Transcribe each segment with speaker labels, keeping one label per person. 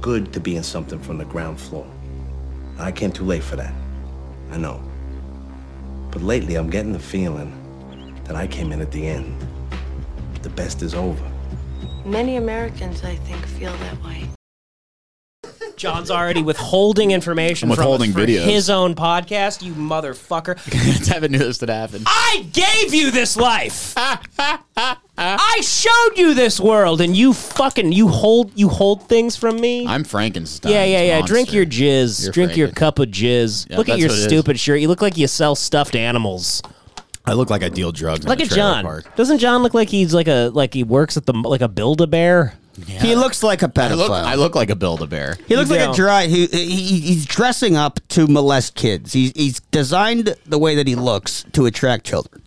Speaker 1: good to be in something from the ground floor. I came too late for that. I know. But lately, I'm getting the feeling that I came in at the end. The best is over.
Speaker 2: Many Americans, I think, feel that way.
Speaker 3: John's already withholding information
Speaker 4: I'm withholding
Speaker 3: from us for
Speaker 4: videos.
Speaker 3: his own podcast, you motherfucker.
Speaker 4: Haven't knew this would happen.
Speaker 3: I gave you this life. I showed you this world and you fucking you hold you hold things from me.
Speaker 4: I'm Frankenstein.
Speaker 3: yeah, yeah, yeah. Drink
Speaker 4: monster.
Speaker 3: your jizz.
Speaker 4: You're
Speaker 3: Drink your
Speaker 4: Franken-
Speaker 3: cup of jizz.
Speaker 4: Yeah,
Speaker 3: Look at
Speaker 4: that's
Speaker 3: your
Speaker 4: what it is.
Speaker 3: stupid shirt. You look like you sell stuffed animals.
Speaker 4: I look like I deal drugs. in
Speaker 3: Look
Speaker 4: a
Speaker 3: at
Speaker 4: trailer
Speaker 3: John.
Speaker 4: Park.
Speaker 3: Doesn't John look like he's like a like he works at the like a build a bear?
Speaker 5: He looks like a pedophile.
Speaker 4: I look, I look like a Build-A-Bear.
Speaker 5: He looks
Speaker 3: You
Speaker 5: like
Speaker 3: don't.
Speaker 5: a dry. He, he he's dressing up to molest kids. He's he's designed the way that he looks to attract children.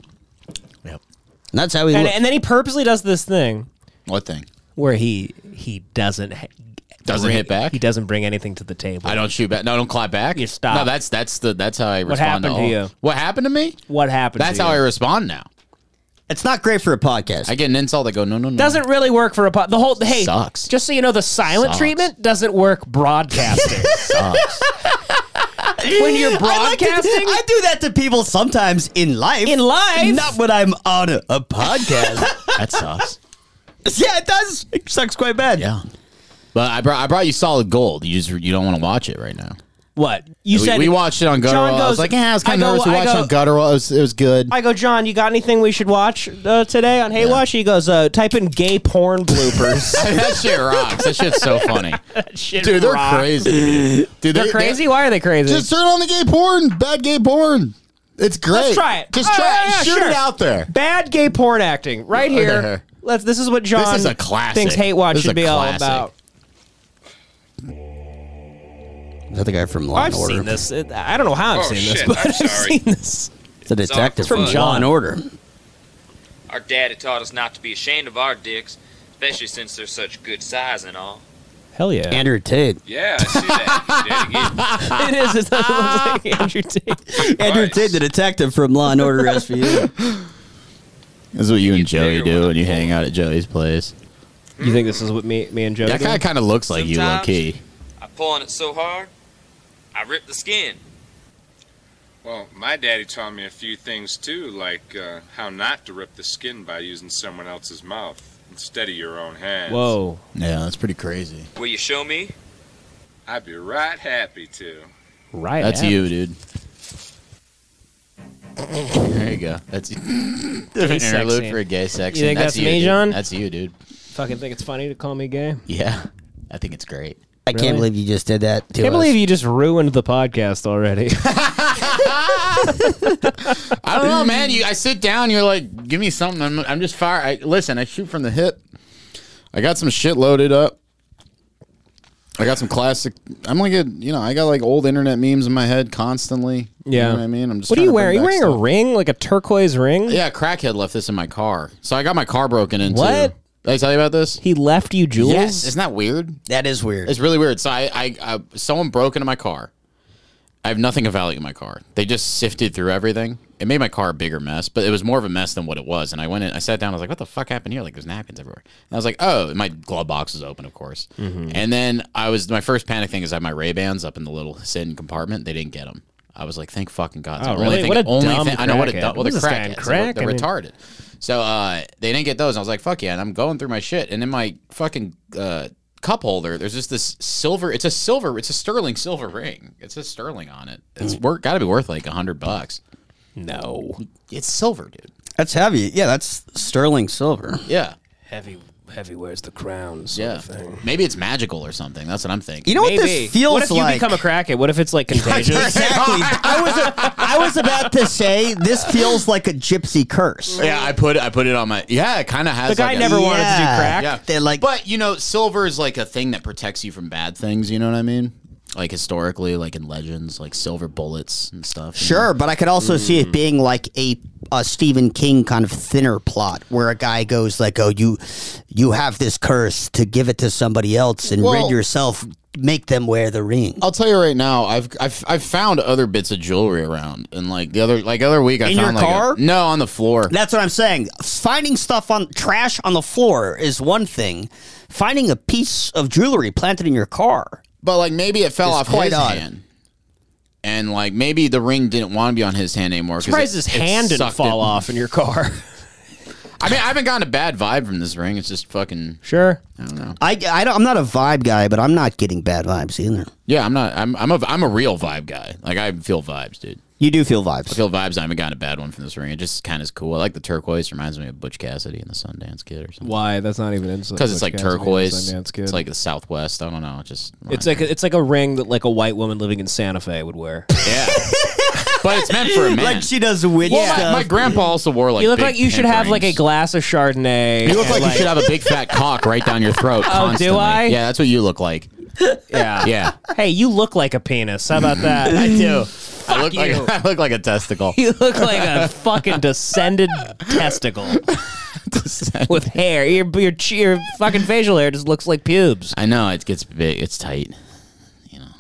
Speaker 4: Yep.
Speaker 5: And that's how he
Speaker 3: And,
Speaker 5: looks.
Speaker 3: and then he purposely does this thing
Speaker 4: What thing?
Speaker 3: where he he doesn't ha-
Speaker 4: Doesn't
Speaker 3: bring-
Speaker 4: hit back?
Speaker 3: He doesn't bring anything to the table.
Speaker 4: I don't shoot back. No, I don't clap back.
Speaker 3: You stop.
Speaker 4: No, that's that's the that's how I respond.
Speaker 3: happened to
Speaker 4: all-
Speaker 3: you?
Speaker 4: What happened to me?
Speaker 3: What happened?
Speaker 4: That's
Speaker 3: to
Speaker 4: how
Speaker 3: you?
Speaker 4: I respond now.
Speaker 5: it's not great for a podcast.
Speaker 4: I get an insult. I go, no, no, no.
Speaker 3: doesn't really work for a pod. The whole hey,
Speaker 4: Sucks.
Speaker 3: just so you know, the silent
Speaker 4: Sucks.
Speaker 3: treatment doesn't work broadcasting.
Speaker 4: Sucks.
Speaker 3: when
Speaker 5: I
Speaker 3: you're
Speaker 5: like to-
Speaker 3: broadcasting,
Speaker 5: I do that to people sometimes in life.
Speaker 3: In life?
Speaker 5: not when I'm on a, a podcast.
Speaker 4: that sucks.
Speaker 5: yeah, it does. It sucks quite bad.
Speaker 4: Yeah. But I brought I brought you solid gold. You just you don't want to watch it right now.
Speaker 3: what you
Speaker 4: we,
Speaker 3: said?
Speaker 4: we watched it on Guttural.
Speaker 3: John
Speaker 4: I
Speaker 3: goes-
Speaker 4: was like, yeah, I was kind
Speaker 3: I
Speaker 4: of
Speaker 3: go-
Speaker 4: nervous. We
Speaker 3: I
Speaker 4: watched
Speaker 3: go-
Speaker 4: it on Guttural. It was it was good.
Speaker 3: I go, John. You got anything we should watch uh, today on Hey Watch? He goes, uh, type in gay porn bloopers.
Speaker 4: that shit rocks. That shit's so funny.
Speaker 3: Shit
Speaker 4: Dude, they're
Speaker 3: rock.
Speaker 4: crazy. Dude, Dude,
Speaker 3: They're crazy. Why are they crazy?
Speaker 4: Just turn on the gay porn, bad gay porn. It's great.
Speaker 3: try it.
Speaker 4: Just
Speaker 3: Oh,
Speaker 4: try
Speaker 3: yeah,
Speaker 4: it.
Speaker 3: yeah,
Speaker 4: Shoot
Speaker 3: sure.
Speaker 4: it out there.
Speaker 3: Bad gay porn acting right
Speaker 4: Yeah, okay.
Speaker 3: here. Let's. This is what John
Speaker 4: is a classic.
Speaker 3: thinks Hate Watch
Speaker 4: This is
Speaker 3: should
Speaker 4: a
Speaker 3: be all
Speaker 4: classic.
Speaker 3: about.
Speaker 5: Is that the guy from Law
Speaker 3: I've
Speaker 5: and Order?
Speaker 3: seen this. It- I don't know how I've
Speaker 6: Oh,
Speaker 3: seen this,
Speaker 6: shit,
Speaker 3: but
Speaker 6: I'm
Speaker 3: I've
Speaker 6: sorry.
Speaker 3: seen this.
Speaker 5: It's a detective
Speaker 6: It's all for
Speaker 5: from
Speaker 6: fun.
Speaker 5: John Order.
Speaker 6: Our daddy taught us not to be ashamed of our dicks, especially since they're such good size and all.
Speaker 3: Hell yeah!
Speaker 5: Andrew Tate.
Speaker 6: Yeah, I see that. You did it again.
Speaker 3: it is. It looks like Andrew Tate.
Speaker 5: Andrew
Speaker 6: Nice.
Speaker 5: Tate, the detective from Law and Order SVU.
Speaker 4: This is what you and Joey
Speaker 6: bigger
Speaker 4: do
Speaker 6: one.
Speaker 4: when you hang out at Joey's place.
Speaker 3: You think this is what me, me and Joe?
Speaker 4: That
Speaker 3: do?
Speaker 4: guy kind of looks like you, low
Speaker 6: Sometimes-
Speaker 4: key.
Speaker 6: I pull on it so hard, I rip the skin.
Speaker 7: Well, my daddy taught me a few things too, like uh, how not to rip the skin by using someone else's mouth instead of your own hands.
Speaker 3: Whoa!
Speaker 4: Yeah, that's pretty crazy.
Speaker 6: Will you show me?
Speaker 7: I'd be right happy to.
Speaker 3: Right.
Speaker 4: That's
Speaker 3: at
Speaker 4: you, dude. There you go. That's different
Speaker 3: sex
Speaker 4: interlude
Speaker 3: scene.
Speaker 4: for a gay sex.
Speaker 3: You
Speaker 4: scene.
Speaker 3: think that's
Speaker 4: you,
Speaker 3: me,
Speaker 4: dude.
Speaker 3: John?
Speaker 4: That's you, dude.
Speaker 3: Fucking think it's funny to call me gay.
Speaker 4: Yeah, I think it's great.
Speaker 5: I
Speaker 3: Really?
Speaker 5: can't believe you just did that. To
Speaker 3: Can't
Speaker 5: us.
Speaker 3: believe you just ruined the podcast already.
Speaker 4: I don't know, man.
Speaker 3: Um,
Speaker 4: You, I sit down. You're like, give me something. I'm, I'm just fire. I, listen, I shoot from the hip. I got some shit loaded up. I got some classic. I'm like a, you know, I got like old internet memes in my head constantly.
Speaker 3: Yeah.
Speaker 4: you know what I mean, I'm just.
Speaker 3: what are you
Speaker 4: trying to bring
Speaker 3: wearing? Are you
Speaker 4: back
Speaker 3: wearing a
Speaker 4: stuff.
Speaker 3: ring, like a turquoise ring?
Speaker 4: Yeah, crackhead left this in my car, so I got my car broken into.
Speaker 3: What?
Speaker 4: Did I tell you about this?
Speaker 3: He left you jewels.
Speaker 4: Yes, isn't that weird?
Speaker 5: That is weird.
Speaker 4: It's really weird. So I, I, I, someone broke into my car. I have nothing of value in my car. They just sifted through everything. It made my car a bigger mess, but it was more of a mess than what it was. And I went in, I sat down, I was like, what the fuck happened here? Like, there's napkins everywhere. And I was like, oh, and my glove box is open, of course. And then I was, my first panic thing is I had my Ray-Bans up in the little sitting compartment. They didn't get them. I was like, thank fucking God. It's
Speaker 3: Oh,
Speaker 4: the
Speaker 3: really?
Speaker 4: Only thing,
Speaker 3: What a
Speaker 4: only
Speaker 3: dumb
Speaker 4: thing, I know what a
Speaker 3: crackhead.
Speaker 4: dumb, well,
Speaker 3: What
Speaker 4: they're
Speaker 3: is this guy in
Speaker 4: crackheds. They're,
Speaker 3: crack?
Speaker 4: they're
Speaker 3: I mean-
Speaker 4: retarded. So uh, they didn't get those. And I was like, fuck yeah. And I'm going through my shit. And in my fucking uh, cup holder, there's just this silver. It's a silver. It's a sterling silver ring. It says sterling on it. It's
Speaker 3: Mm.
Speaker 4: worth, got to be worth like a 100 bucks.
Speaker 3: No.
Speaker 4: It's silver, dude.
Speaker 5: That's heavy. Yeah, that's sterling silver.
Speaker 4: Yeah.
Speaker 3: Heavy, heavy wears the crown. Sort
Speaker 4: Yeah. Maybe it's magical or something. That's what I'm thinking.
Speaker 5: You know what
Speaker 3: Maybe.
Speaker 5: this feels
Speaker 3: what if
Speaker 5: like?
Speaker 3: you become a crackhead? What if it's like contagious?
Speaker 5: exactly. I was I was about to say this feels like a gypsy curse.
Speaker 4: yeah, I put it. I put it on my. Yeah, it kind of has.
Speaker 3: the guy
Speaker 4: like a-
Speaker 3: never wanted to do
Speaker 5: Yeah.
Speaker 3: crack.
Speaker 4: Yeah.
Speaker 5: They're like-
Speaker 4: but you know, silver is like a thing that protects you from bad things. You know what I mean? Like historically, like in legends, like silver bullets and stuff. you know?
Speaker 5: Sure, but I could also see it being like a, a Stephen King kind of thinner plot where a guy goes like, "Oh, you you have this curse to give it to somebody else and
Speaker 4: Well-
Speaker 5: rid yourself make them wear the ring.
Speaker 3: Oh.
Speaker 4: I'll tell you right now, I've I've I've found other bits of jewelry around, and like the other like other week, I
Speaker 5: In
Speaker 4: found
Speaker 5: your
Speaker 4: like a-
Speaker 5: car?
Speaker 4: no, on the floor.
Speaker 5: That's what I'm saying. Finding stuff on trash on the floor is one thing. Finding a piece of jewelry planted in your car.
Speaker 4: But like maybe it fell
Speaker 5: It's
Speaker 4: off
Speaker 5: quite
Speaker 4: his
Speaker 5: odd.
Speaker 4: hand, and like maybe the ring didn't want to be on his hand anymore. 'cause
Speaker 3: Surprised
Speaker 4: it-
Speaker 3: his
Speaker 4: it
Speaker 3: hand didn't
Speaker 4: sucked
Speaker 3: fall
Speaker 4: it.
Speaker 3: off in your car.
Speaker 4: I mean, I haven't gotten a bad vibe from this ring. It's just fucking.
Speaker 3: sure.
Speaker 4: I don't know.
Speaker 5: I, I don't, I'm not a vibe guy, but I'm not getting bad vibes either.
Speaker 4: Yeah, I'm not. I'm I'm a I'm a real vibe guy. Like I feel vibes, dude.
Speaker 5: You do feel
Speaker 4: I
Speaker 5: vibes.
Speaker 4: feel vibes. I haven't gotten a bad one from this ring. It just kind of is cool. I like the turquoise. Reminds me of Butch Cassidy and the Sundance Kid or something.
Speaker 3: Why? That's not even inside.
Speaker 4: Because it's like turquoise. It's like the Southwest. I don't know. It just
Speaker 3: it's like a, it's like a ring that like a white woman living in Santa Fe would wear.
Speaker 4: yeah, but it's meant for a man.
Speaker 5: Like she does witch
Speaker 4: Well,
Speaker 5: stuff.
Speaker 4: my, my grandpa also wore like.
Speaker 3: you look
Speaker 4: big
Speaker 3: like you should
Speaker 4: pimp
Speaker 3: have like a
Speaker 4: rings.
Speaker 3: glass of Chardonnay.
Speaker 4: You look like, you should have a big fat cock right down your throat.
Speaker 3: Oh, do
Speaker 4: constantly.
Speaker 3: I?
Speaker 4: Yeah, that's what you look like.
Speaker 3: yeah.
Speaker 4: Yeah,
Speaker 3: Hey, you look like a penis. How about that? I do.
Speaker 4: I look like
Speaker 3: you.
Speaker 4: I look like a testicle.
Speaker 3: You look like a fucking descended testicle with hair. Your your your fucking facial hair just looks like pubes.
Speaker 4: I know it gets big. It's tight.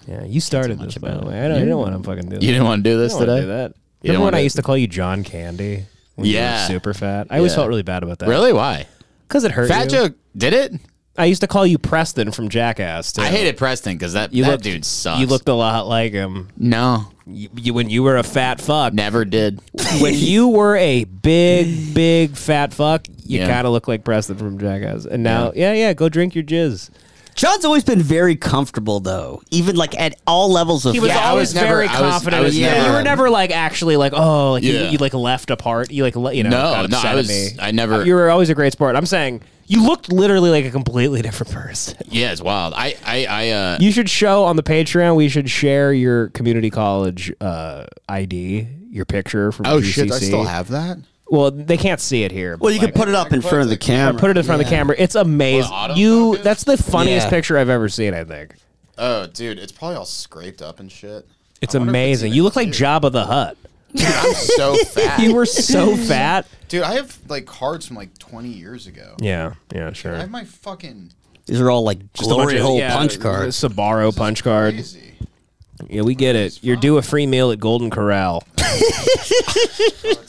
Speaker 3: Yeah, you started this by the way. I don't, you don't want to fucking do that.
Speaker 4: You didn't want to do this
Speaker 3: don't
Speaker 4: today.
Speaker 3: do that.
Speaker 4: You don't
Speaker 3: Remember when
Speaker 4: wanna-
Speaker 3: I used to call you John Candy? When
Speaker 4: Yeah.
Speaker 3: You were super fat. I always
Speaker 4: Yeah.
Speaker 3: felt really bad about that.
Speaker 4: Really? Why?
Speaker 3: Because it hurt.
Speaker 4: Fat
Speaker 3: you.
Speaker 4: joke did it.
Speaker 3: I used to call you Preston from Jackass. Too.
Speaker 4: I hated Preston because that
Speaker 3: You
Speaker 4: that
Speaker 3: looked-
Speaker 4: dude sucks.
Speaker 3: You looked a lot like him.
Speaker 4: no,
Speaker 3: You, you- when you were a fat fuck.
Speaker 4: never did.
Speaker 3: when you were a big, big fat fuck, you
Speaker 4: Yeah.
Speaker 3: kind of look like Preston from Jackass. And now, yeah. yeah, go drink your jizz.
Speaker 5: John's always been very comfortable though, even like at all levels of.
Speaker 3: He was
Speaker 4: Yeah, I
Speaker 3: always
Speaker 4: was never-
Speaker 3: very
Speaker 4: I was-
Speaker 3: confident.
Speaker 4: I was
Speaker 3: in- yeah,
Speaker 4: never-
Speaker 3: you were never like actually like oh like you,
Speaker 4: Yeah.
Speaker 3: you like left apart. You like le- you know
Speaker 4: No,
Speaker 3: got
Speaker 4: no, I
Speaker 3: upset at
Speaker 4: was-
Speaker 3: me.
Speaker 4: I never-
Speaker 3: You were always a great sport. I'm saying you looked literally like a completely different person.
Speaker 4: Yeah, it's wild. I I I uh
Speaker 3: You should show on the Patreon. We should share your community college uh, ID, your picture from
Speaker 4: Oh,
Speaker 3: GCC.
Speaker 4: have that?
Speaker 3: Well, they can't see it here.
Speaker 5: well, you could put it up in front of the camera.
Speaker 3: Put it in front of the camera. It's amazing.
Speaker 4: What,
Speaker 3: you
Speaker 4: autofocus?
Speaker 3: that's the funniest
Speaker 5: Yeah.
Speaker 3: picture I've ever seen, I think.
Speaker 4: Oh, dude, it's probably all scraped up and shit.
Speaker 3: It's amazing. you look like Jabba the Hutt.
Speaker 4: Dude, I'm so fat.
Speaker 3: You were so fat.
Speaker 4: Dude, I have like cards from like 20 years ago.
Speaker 3: Yeah, yeah, sure.
Speaker 4: my fucking
Speaker 5: These are all like glory hole punch cards.
Speaker 3: Sabaro punch card. Yeah, we get it. You're due a free meal at Golden Corral.
Speaker 4: I don't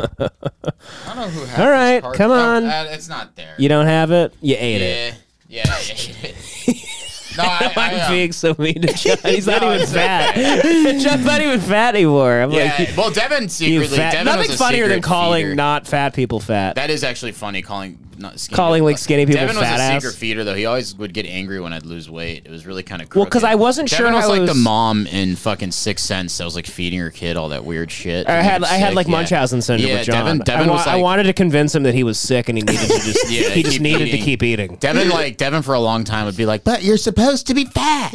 Speaker 4: know who has
Speaker 3: All right, cards. come on. Uh,
Speaker 4: it's not there.
Speaker 3: You don't have it? You ate it.
Speaker 4: yeah, yeah, yeah. no, I, uh,
Speaker 3: I'm being so mean to John. He's not
Speaker 4: No,
Speaker 3: even
Speaker 4: it's
Speaker 3: fat. John's not even fat anymore. I'm like,
Speaker 4: Yeah, well, Devin
Speaker 3: you
Speaker 4: secretly.
Speaker 3: fat.
Speaker 4: Devin
Speaker 3: Nothing
Speaker 4: was a
Speaker 3: funnier than
Speaker 4: secret
Speaker 3: calling
Speaker 4: feeder.
Speaker 3: not fat people fat.
Speaker 4: That is actually funny calling not skinny
Speaker 3: Calling, like, skinny people
Speaker 4: Devin was
Speaker 3: fat
Speaker 4: a
Speaker 3: ass.
Speaker 4: secret feeder though. He always would get angry when I'd lose weight. It was really kind of
Speaker 3: Well, 'cause I wasn't
Speaker 4: Devin
Speaker 3: sure
Speaker 4: was
Speaker 3: how
Speaker 4: like
Speaker 3: it
Speaker 4: the
Speaker 3: was-
Speaker 4: mom in fucking Sixth Sense. that was like feeding her kid all that weird shit.
Speaker 3: I
Speaker 4: to make
Speaker 3: had
Speaker 4: him
Speaker 3: I had
Speaker 4: sick.
Speaker 3: like
Speaker 4: Yeah.
Speaker 3: Munchausen syndrome
Speaker 4: Yeah,
Speaker 3: with John.
Speaker 4: Devin, Devin
Speaker 3: I, wa-
Speaker 4: was
Speaker 3: I
Speaker 4: like,
Speaker 3: wanted to convince him that he was sick and he needed to just
Speaker 4: Yeah,
Speaker 3: he just
Speaker 4: keep
Speaker 3: needed
Speaker 4: eating.
Speaker 3: to keep eating.
Speaker 4: Devin like Devin for a long time would be like, but you're supposed to be fat.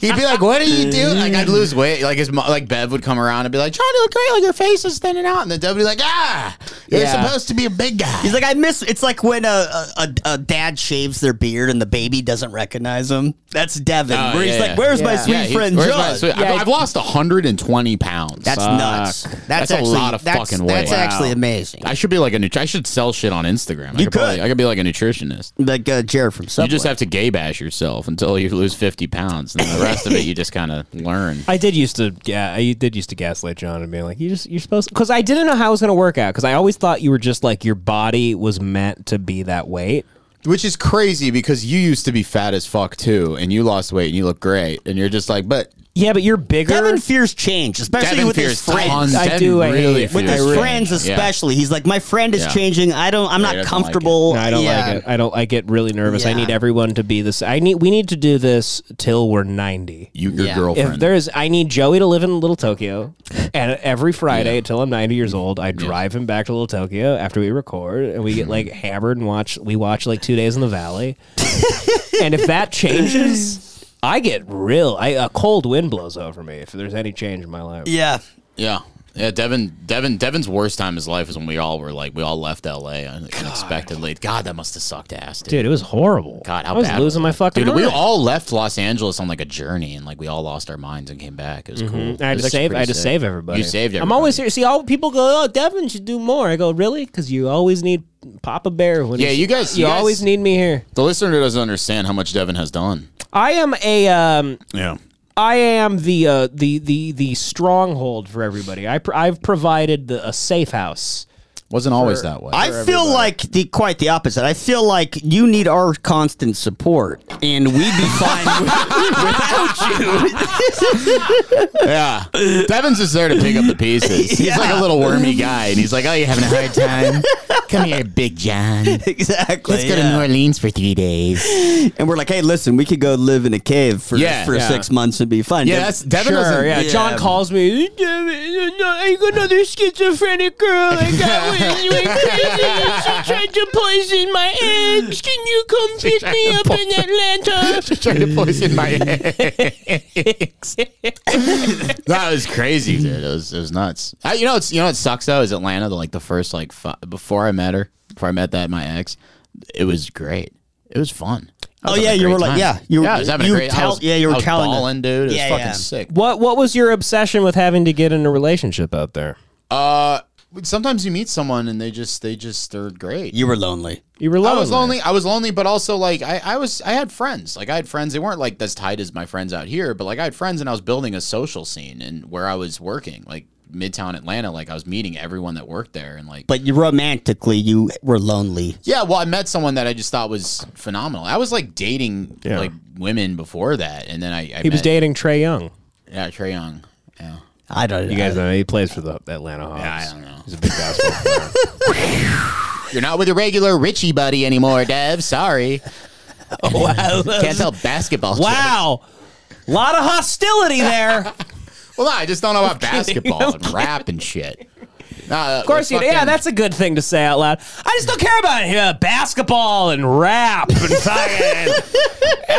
Speaker 4: He'd be like, what are you doing? Like I'd lose weight. Like his mo- like Bev would come around and be like, John, you look great. Like your face is thinning out, and then Devin would be like, ah, you're
Speaker 5: Yeah.
Speaker 4: supposed to be a big guy.
Speaker 5: He's like, I miss. It's like when a, a, a, a dad shaves their beard and the baby doesn't recognize him. That's Devin.
Speaker 4: Oh,
Speaker 5: where
Speaker 4: yeah,
Speaker 5: he's
Speaker 4: yeah.
Speaker 5: like, "Where's my
Speaker 3: Yeah.
Speaker 5: sweet
Speaker 4: Yeah, he-
Speaker 5: friend
Speaker 4: where's
Speaker 5: John?"
Speaker 4: my sweet- I've, I've lost 120 pounds.
Speaker 5: that's nuts. That's,
Speaker 4: That's a
Speaker 5: actually,
Speaker 4: lot of
Speaker 5: that's,
Speaker 4: fucking
Speaker 5: That's
Speaker 4: weight.
Speaker 5: actually
Speaker 4: Wow.
Speaker 5: amazing.
Speaker 4: I should be like a nut- I should sell shit on Instagram. I
Speaker 5: You
Speaker 4: could, probably-
Speaker 5: could.
Speaker 4: I could be like a nutritionist.
Speaker 5: like uh, Jared from Subway.
Speaker 4: You just have to gay bash yourself until you lose 50 pounds, and then the rest of it you just kind of learn.
Speaker 3: I did used to yeah I did used to gaslight John and be like you just you're supposed because I didn't know how it was gonna work out because I always thought you were just like your body was meant to be that weight.
Speaker 4: Which is crazy because you used to be fat as fuck too, and you lost weight and you look great, and you're just like, but
Speaker 3: Yeah, but you're bigger.
Speaker 5: Devin fears change, especially
Speaker 4: Devin
Speaker 5: with his
Speaker 4: fears
Speaker 5: friends.
Speaker 4: tons.
Speaker 3: I
Speaker 4: Devin
Speaker 3: do, I
Speaker 4: really
Speaker 3: hate it.
Speaker 5: with
Speaker 4: fears
Speaker 5: his
Speaker 4: change.
Speaker 5: friends,
Speaker 4: Yeah.
Speaker 5: especially, he's like, "My friend is
Speaker 4: Yeah.
Speaker 5: changing. I don't. I'm not
Speaker 4: he doesn't like it.
Speaker 5: comfortable.
Speaker 3: No, I don't
Speaker 5: Yeah.
Speaker 3: like it. I don't. I get really nervous. I
Speaker 5: Yeah.
Speaker 3: need everyone to be this. I need. We need to do this till we're ninety.
Speaker 4: You, your
Speaker 5: Yeah.
Speaker 4: girlfriend.
Speaker 3: If there is, I need Joey to live in Little Tokyo, and every Friday until I'm 90 years old, I drive him back to Little Tokyo after we record, and we get like
Speaker 4: Hmm.
Speaker 3: hammered and watch. We watch like two days in the valley, and if that changes, I get real. I, a cold wind blows over me if there's any change in my life.
Speaker 5: Yeah,
Speaker 4: yeah, Yeah, Devin, Devin, Devin's worst time in his life is when we all were like, we all left L.A. un- unexpectedly. God, that must have sucked ass, dude.
Speaker 3: Dude, it was horrible.
Speaker 4: God, how
Speaker 3: I was
Speaker 4: bad
Speaker 3: losing
Speaker 4: was
Speaker 3: my fucking
Speaker 4: Dude, we
Speaker 3: mind.
Speaker 4: all left Los Angeles on like a journey, and like we all lost our minds and came back. It was cool.
Speaker 3: Mm-hmm. I had
Speaker 4: It was
Speaker 3: to
Speaker 4: actually
Speaker 3: save. I had
Speaker 4: pretty
Speaker 3: to
Speaker 4: sick.
Speaker 3: save everybody.
Speaker 4: You saved
Speaker 3: I'm
Speaker 4: everybody.
Speaker 3: always here. See, all people go, "Oh, Devin should do more." I go, "Really?" Because you always need Papa Bear. When
Speaker 4: Yeah,
Speaker 3: he's-
Speaker 4: you guys-
Speaker 3: You,
Speaker 4: you guys-
Speaker 3: always need me here.
Speaker 4: The listener doesn't understand how much Devin has done.
Speaker 3: I am a. Um,
Speaker 4: Yeah.
Speaker 3: I am the uh, the the the stronghold for everybody. I pr- I've provided the, a safe house.
Speaker 4: Wasn't always that way.
Speaker 5: I feel like the quite the opposite. I feel like you need our constant support, and we'd be fine with, without you.
Speaker 4: yeah. Devin's just there to pick up the pieces. He's like a little wormy guy, and he's like, "Oh, you having a hard time? Come here, Big John. Let's
Speaker 5: exactly.
Speaker 4: go to
Speaker 5: yeah.
Speaker 4: New Orleans for three days."
Speaker 5: and we're like, hey, listen, we could go live in a cave for
Speaker 4: Yeah,
Speaker 5: for
Speaker 4: yeah.
Speaker 5: six months and be fine.
Speaker 4: Yeah,
Speaker 5: Dev-
Speaker 4: that's Devin.
Speaker 3: Sure,
Speaker 4: doesn't-
Speaker 3: yeah.
Speaker 5: yeah.
Speaker 3: John calls me. Devin, I got another schizophrenic girl. I got with you went crazy. She tried to poison my eggs. Can you come pick me up in Atlanta?
Speaker 4: She's trying to poison my eggs. that was crazy, dude. It was, it was nuts. I, you know, it's you know, what sucks though is Atlanta. The, like the first like fi- before I met her, before I met that my ex, it was great. It was fun. I was
Speaker 5: Oh,
Speaker 4: having
Speaker 5: yeah,
Speaker 4: a
Speaker 5: you
Speaker 4: great
Speaker 5: were like-
Speaker 4: time.
Speaker 5: yeah, you were-
Speaker 4: I was having
Speaker 5: you
Speaker 4: a
Speaker 5: were
Speaker 4: great. I
Speaker 5: tell-
Speaker 4: was,
Speaker 5: yeah, you were
Speaker 4: I was
Speaker 5: telling them.
Speaker 4: balling, dude. It was
Speaker 5: Yeah,
Speaker 4: fucking
Speaker 5: yeah.
Speaker 4: sick.
Speaker 3: What What was your obsession with having to get in a relationship out there?
Speaker 4: Uh, sometimes you meet someone and they just they just they're great.
Speaker 5: You were lonely.
Speaker 3: You were lonely.
Speaker 4: I was lonely. I was lonely, but also like I, I was I had friends. Like I had friends. They weren't like as tight as my friends out here, but like I had friends, and I was building a social scene and where I was working, like Midtown Atlanta. Like I was meeting everyone that worked there, and like.
Speaker 5: But you romantically, you were lonely.
Speaker 4: yeah, well, I met someone that I just thought was phenomenal. I was like dating
Speaker 3: Yeah.
Speaker 4: like women before that, and then I, I
Speaker 3: He was
Speaker 4: met-
Speaker 3: dating Trey Young.
Speaker 4: yeah Trey Young. Yeah,
Speaker 5: I don't know.
Speaker 3: You guys know he plays for the Atlanta Hawks.
Speaker 4: I don't know.
Speaker 3: He's a big basketball player.
Speaker 4: You're not with your regular Richie buddy anymore, Dev. Sorry,
Speaker 5: wow.
Speaker 4: can't tell basketball. jokes.
Speaker 3: Wow. A lot of hostility there. of
Speaker 4: Well, no, I just don't know about basketball and rap and shit. Nah, of
Speaker 3: course, you, yeah, that's a good thing to say out loud. I just don't care about uh, basketball and rap and fucking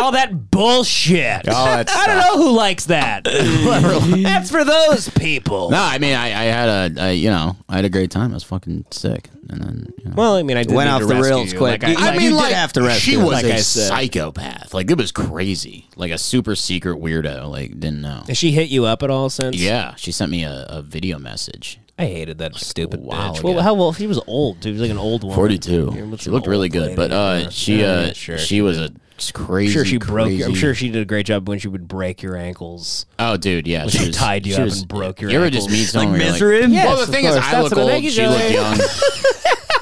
Speaker 3: all that bullshit.
Speaker 4: all Oh, that
Speaker 3: I don't know who likes that. That's for those people.
Speaker 4: No, I mean, I, I had a, I, you know, I had a great time. I was fucking sick, and then you know.
Speaker 3: Well, I mean, I did
Speaker 5: Went
Speaker 3: need
Speaker 5: off
Speaker 3: to
Speaker 5: the
Speaker 3: rescue
Speaker 5: rails
Speaker 3: you.
Speaker 5: quick.
Speaker 3: Like, I-
Speaker 5: You-
Speaker 3: like-
Speaker 5: you did have to rescue
Speaker 4: she
Speaker 5: her,
Speaker 4: was
Speaker 5: like
Speaker 4: a
Speaker 5: I said.
Speaker 4: psychopath. Like it was crazy. Like a super secret weirdo. Like didn't know.
Speaker 3: Has she hit you up at all since?
Speaker 4: Yeah, she sent me a, a video message.
Speaker 3: I hated that stupid
Speaker 4: Wow,
Speaker 3: bitch.
Speaker 4: yeah.
Speaker 3: Well, how well? She was old, dude. She was like an old woman. You're
Speaker 4: Forty-two.
Speaker 3: looking
Speaker 4: She looked
Speaker 3: old
Speaker 4: really good,
Speaker 3: lady.
Speaker 4: but uh, she
Speaker 3: Yeah,
Speaker 4: uh,
Speaker 3: yeah, sure.
Speaker 4: she was a crazy.
Speaker 3: I'm sure she broke.
Speaker 4: Crazy.
Speaker 3: Your, I'm sure she did a great job when she would break your ankles.
Speaker 4: Oh, dude, yeah. She, was-
Speaker 3: tied you
Speaker 4: she
Speaker 3: up and broke your
Speaker 4: You ever just
Speaker 3: ankles.
Speaker 4: meet someone
Speaker 5: Like,
Speaker 4: where you're
Speaker 5: measure him?
Speaker 4: well,
Speaker 3: Yes,
Speaker 4: the
Speaker 3: of
Speaker 4: thing is,
Speaker 3: course.
Speaker 4: I
Speaker 3: That's
Speaker 4: look
Speaker 3: what I
Speaker 4: old.
Speaker 3: think you
Speaker 4: She
Speaker 3: should
Speaker 4: looked
Speaker 3: say.
Speaker 4: young.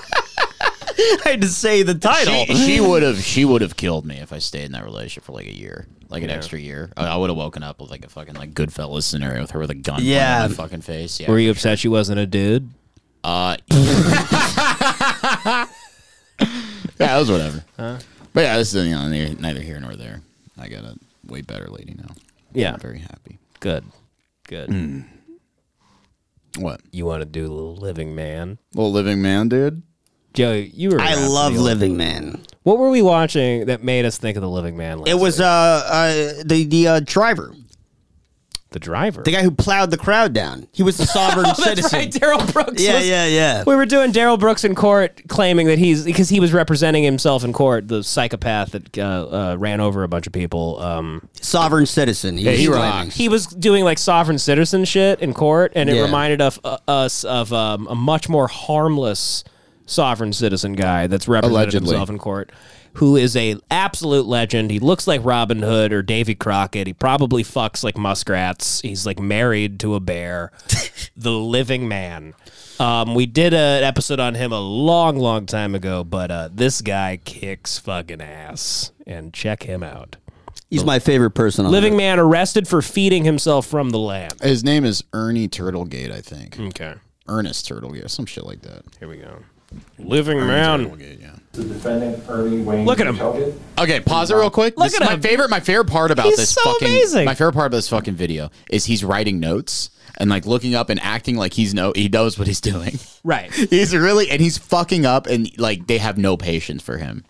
Speaker 5: I had to say the title.
Speaker 4: She- She would have. She would have killed me if I stayed in that relationship for like a year, like an extra year. I, I would have woken up with like a fucking like Goodfellas scenario with her with a gun. pointed
Speaker 5: Yeah.
Speaker 4: in my fucking face. Yeah.
Speaker 3: Were you upset she wasn't a dude?
Speaker 4: Uh, yeah, it was whatever. But yeah, this is you know, neither, neither here nor there. I got a way better lady now.
Speaker 3: Yeah.
Speaker 4: I'm very happy.
Speaker 3: Good. Good.
Speaker 4: What
Speaker 3: You want to do a little living, man?
Speaker 4: little living man, dude?
Speaker 3: Joe, you were.
Speaker 5: I
Speaker 3: around for
Speaker 5: love
Speaker 3: the old-
Speaker 5: Living Man.
Speaker 3: What were we watching that made us think of the living man? Last
Speaker 5: It was uh,
Speaker 3: week?
Speaker 5: uh the the uh, driver,
Speaker 3: the driver.
Speaker 5: the guy who plowed the crowd down. He was the sovereign
Speaker 3: Oh, That's
Speaker 5: citizen.
Speaker 3: right, Daryl Brooks.
Speaker 5: Yeah,
Speaker 3: was-
Speaker 5: yeah, yeah.
Speaker 3: We were doing Daryl Brooks in court, claiming that he's because he was representing himself in court, the psychopath that uh, uh, ran over a bunch of people. Um,
Speaker 5: Sovereign citizen. He, yeah,
Speaker 4: he rocks.
Speaker 3: he was doing like sovereign citizen shit in court, and it
Speaker 5: Yeah.
Speaker 3: reminded of, uh, us of um, a much more harmless sovereign citizen guy that's represented
Speaker 4: Allegedly.
Speaker 3: himself in court, who is a absolute legend. He looks like Robin Hood or Davy Crockett. He probably fucks like muskrats. He's like married to a bear, the living man. Um, we did a, an episode on him a long, long time ago, but uh, this guy kicks fucking ass, and check him out.
Speaker 5: He's my favorite person. On
Speaker 3: Living man arrested for feeding himself from the lamp.
Speaker 4: His name is Ernie Turtlegate, I think.
Speaker 3: Okay,
Speaker 4: Ernest Turtlegate, some shit like that.
Speaker 3: here we go. Living man.
Speaker 4: Turtlegate, yeah.
Speaker 8: Defendant Ernie Wayne.
Speaker 3: Look at him.
Speaker 8: Shelgit.
Speaker 4: Okay, pause it real quick.
Speaker 3: Look
Speaker 4: This
Speaker 3: at
Speaker 4: is my
Speaker 3: him.
Speaker 4: favorite. My favorite part about
Speaker 3: He's
Speaker 4: this
Speaker 3: so
Speaker 4: fucking.
Speaker 3: amazing.
Speaker 4: My favorite part about this fucking video is he's writing notes and like looking up and acting like he's no he knows what he's doing.
Speaker 3: Right.
Speaker 4: he's really and he's fucking up and like they have no patience for him.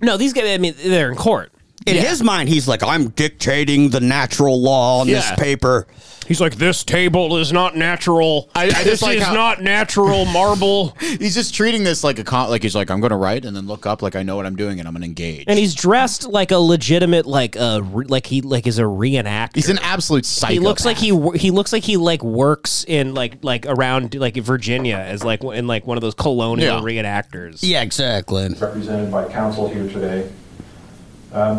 Speaker 3: No, these guys. I mean, they're in court.
Speaker 5: in his mind, he's like, I'm dictating the natural law on this
Speaker 4: Yeah.
Speaker 5: paper.
Speaker 3: He's like, this table is not natural.
Speaker 4: I- I just
Speaker 3: this
Speaker 4: like
Speaker 3: is
Speaker 4: how-
Speaker 3: not natural marble.
Speaker 4: He's just treating this like a con- like he's like I'm going to write and then look up like I know what I'm doing and I'm going to engage.
Speaker 3: and he's dressed like a legitimate, like a re- like he like is a reenactor.
Speaker 4: he's an absolute psycho.
Speaker 3: he looks like he wo- he looks like he like works in like like around like Virginia as like in like one of those colonial
Speaker 4: Yeah.
Speaker 3: reenactors.
Speaker 5: Yeah, exactly.
Speaker 8: represented by counsel here today. Um,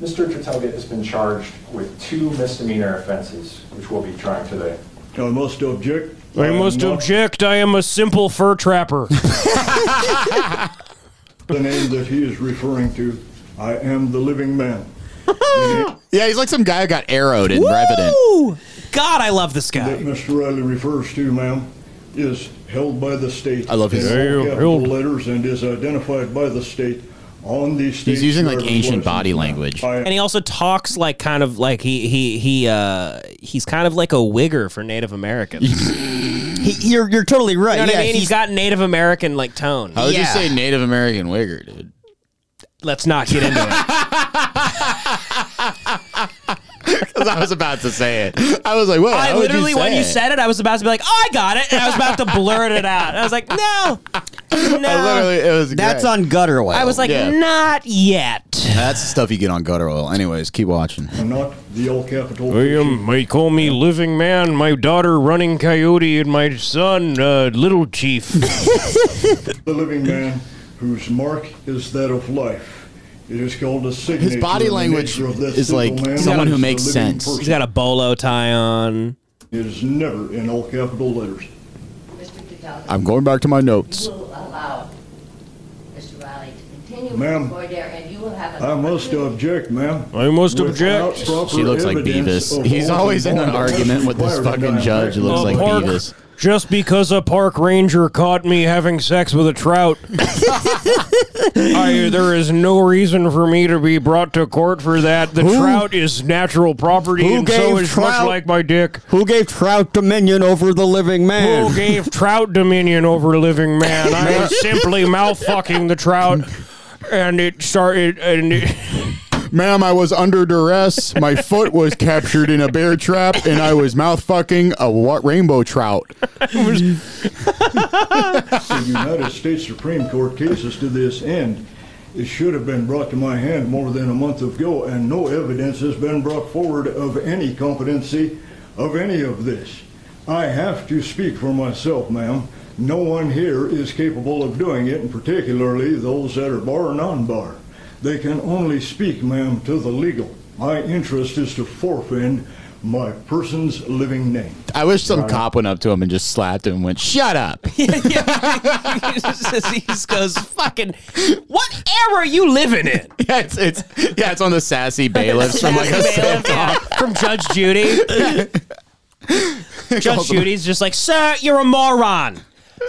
Speaker 8: Mr. Tertelge has been charged with two misdemeanor offenses, which we'll be trying today.
Speaker 9: I must object.
Speaker 3: I must
Speaker 9: not
Speaker 3: object. I am a simple fur trapper.
Speaker 9: The name that he is referring to, I am the living man.
Speaker 4: yeah, he's like some guy who got arrowed in Revenant.
Speaker 3: God, I love this
Speaker 9: That
Speaker 3: guy.
Speaker 9: Mr. Riley refers to, ma'am, is held by the state.
Speaker 4: I love his-
Speaker 9: in all
Speaker 3: Yeah,
Speaker 9: capital
Speaker 3: held.
Speaker 9: letters and is identified by the state on the state.
Speaker 4: using, like,
Speaker 9: driver's
Speaker 4: ancient
Speaker 9: license,
Speaker 4: body
Speaker 9: ma'am.
Speaker 4: language.
Speaker 9: I
Speaker 3: And he also talks like kind of like he he he uh he's kind of like a wigger for Native Americans. You
Speaker 5: He, you're, you're totally right.
Speaker 3: know what
Speaker 5: yeah,
Speaker 3: I mean?
Speaker 5: he's-
Speaker 3: He's got Native American like tone.
Speaker 4: I would just
Speaker 5: Yeah.
Speaker 4: say Native American wigger, dude.
Speaker 3: Let's not get into it.
Speaker 4: Because I was about to say it. I was like, whoa.
Speaker 3: I
Speaker 4: how would
Speaker 3: literally,
Speaker 4: say
Speaker 3: when you
Speaker 4: it?
Speaker 3: said it, I was about to be like, "Oh, I got it," and I was about to blurt it out. I was like, "No, no."
Speaker 4: I literally, it was
Speaker 5: that's
Speaker 4: great.
Speaker 5: on gutter oil.
Speaker 3: I was like,
Speaker 4: Yeah.
Speaker 3: "Not yet."
Speaker 4: That's the stuff you get on gutter oil. Anyways, keep watching.
Speaker 9: am not the all capital.
Speaker 3: William, they call me Living Man, my daughter Running Coyote, and my son uh, Little Chief.
Speaker 9: The living man whose mark is that of life. It is called a signature.
Speaker 4: His body
Speaker 9: of the
Speaker 4: language
Speaker 9: nature of that
Speaker 4: is
Speaker 9: single
Speaker 4: like
Speaker 9: man
Speaker 4: someone who
Speaker 9: is the
Speaker 4: makes
Speaker 9: living
Speaker 4: sense.
Speaker 9: person.
Speaker 3: He's got a bolo tie on.
Speaker 9: It is never in all capital letters.
Speaker 10: Mr. Cataldo.
Speaker 4: I'm going back to my notes.
Speaker 10: You will allow Mr. Riley to continue
Speaker 9: Ma'am,
Speaker 10: his order, and you will have an
Speaker 9: I must
Speaker 10: opportunity-
Speaker 9: object, ma'am.
Speaker 3: I must
Speaker 9: Without
Speaker 3: object.
Speaker 9: proper
Speaker 4: She looks like
Speaker 9: evidence
Speaker 4: Beavis.
Speaker 9: of
Speaker 4: He's
Speaker 9: open
Speaker 4: always in an
Speaker 9: bond,
Speaker 4: argument with this
Speaker 9: required and
Speaker 4: fucking
Speaker 9: I
Speaker 4: judge who
Speaker 9: am
Speaker 4: looks like
Speaker 9: acting
Speaker 4: Beavis.
Speaker 3: Just because a park ranger caught me having sex with a trout, I, there is no reason for me to be brought to court for that. The trout is natural property,
Speaker 5: Who
Speaker 3: and so
Speaker 5: gave
Speaker 3: is much
Speaker 5: trout-
Speaker 3: like my dick.
Speaker 5: who gave Trout dominion over the living man?
Speaker 3: Who gave trout dominion over living man? I was simply mouth fucking the trout, and it started. And it,
Speaker 4: Ma'am, I was under duress. My foot was captured in a bear trap, and I was mouth fucking a what rainbow trout.
Speaker 9: The United States Supreme Court cases to this end. It should have been brought to my hand more than a month ago, and no evidence has been brought forward of any competency of any of this. I have to speak for myself, ma'am. No one here is capable of doing it, and particularly those that are bar or non-bar. They can only speak, ma'am, to the legal. My interest is to forfend my person's living name.
Speaker 4: I wish some cop went up to him and just slapped him and went, Shut up.
Speaker 3: he just he just goes, "Fucking, what era are you living in?"
Speaker 4: yeah, it's, it's, yeah, it's on the sassy bailiffs from like a
Speaker 3: Bailiff, yeah, from Judge Judy. Judge Judy's just like, "Sir, you're a moron.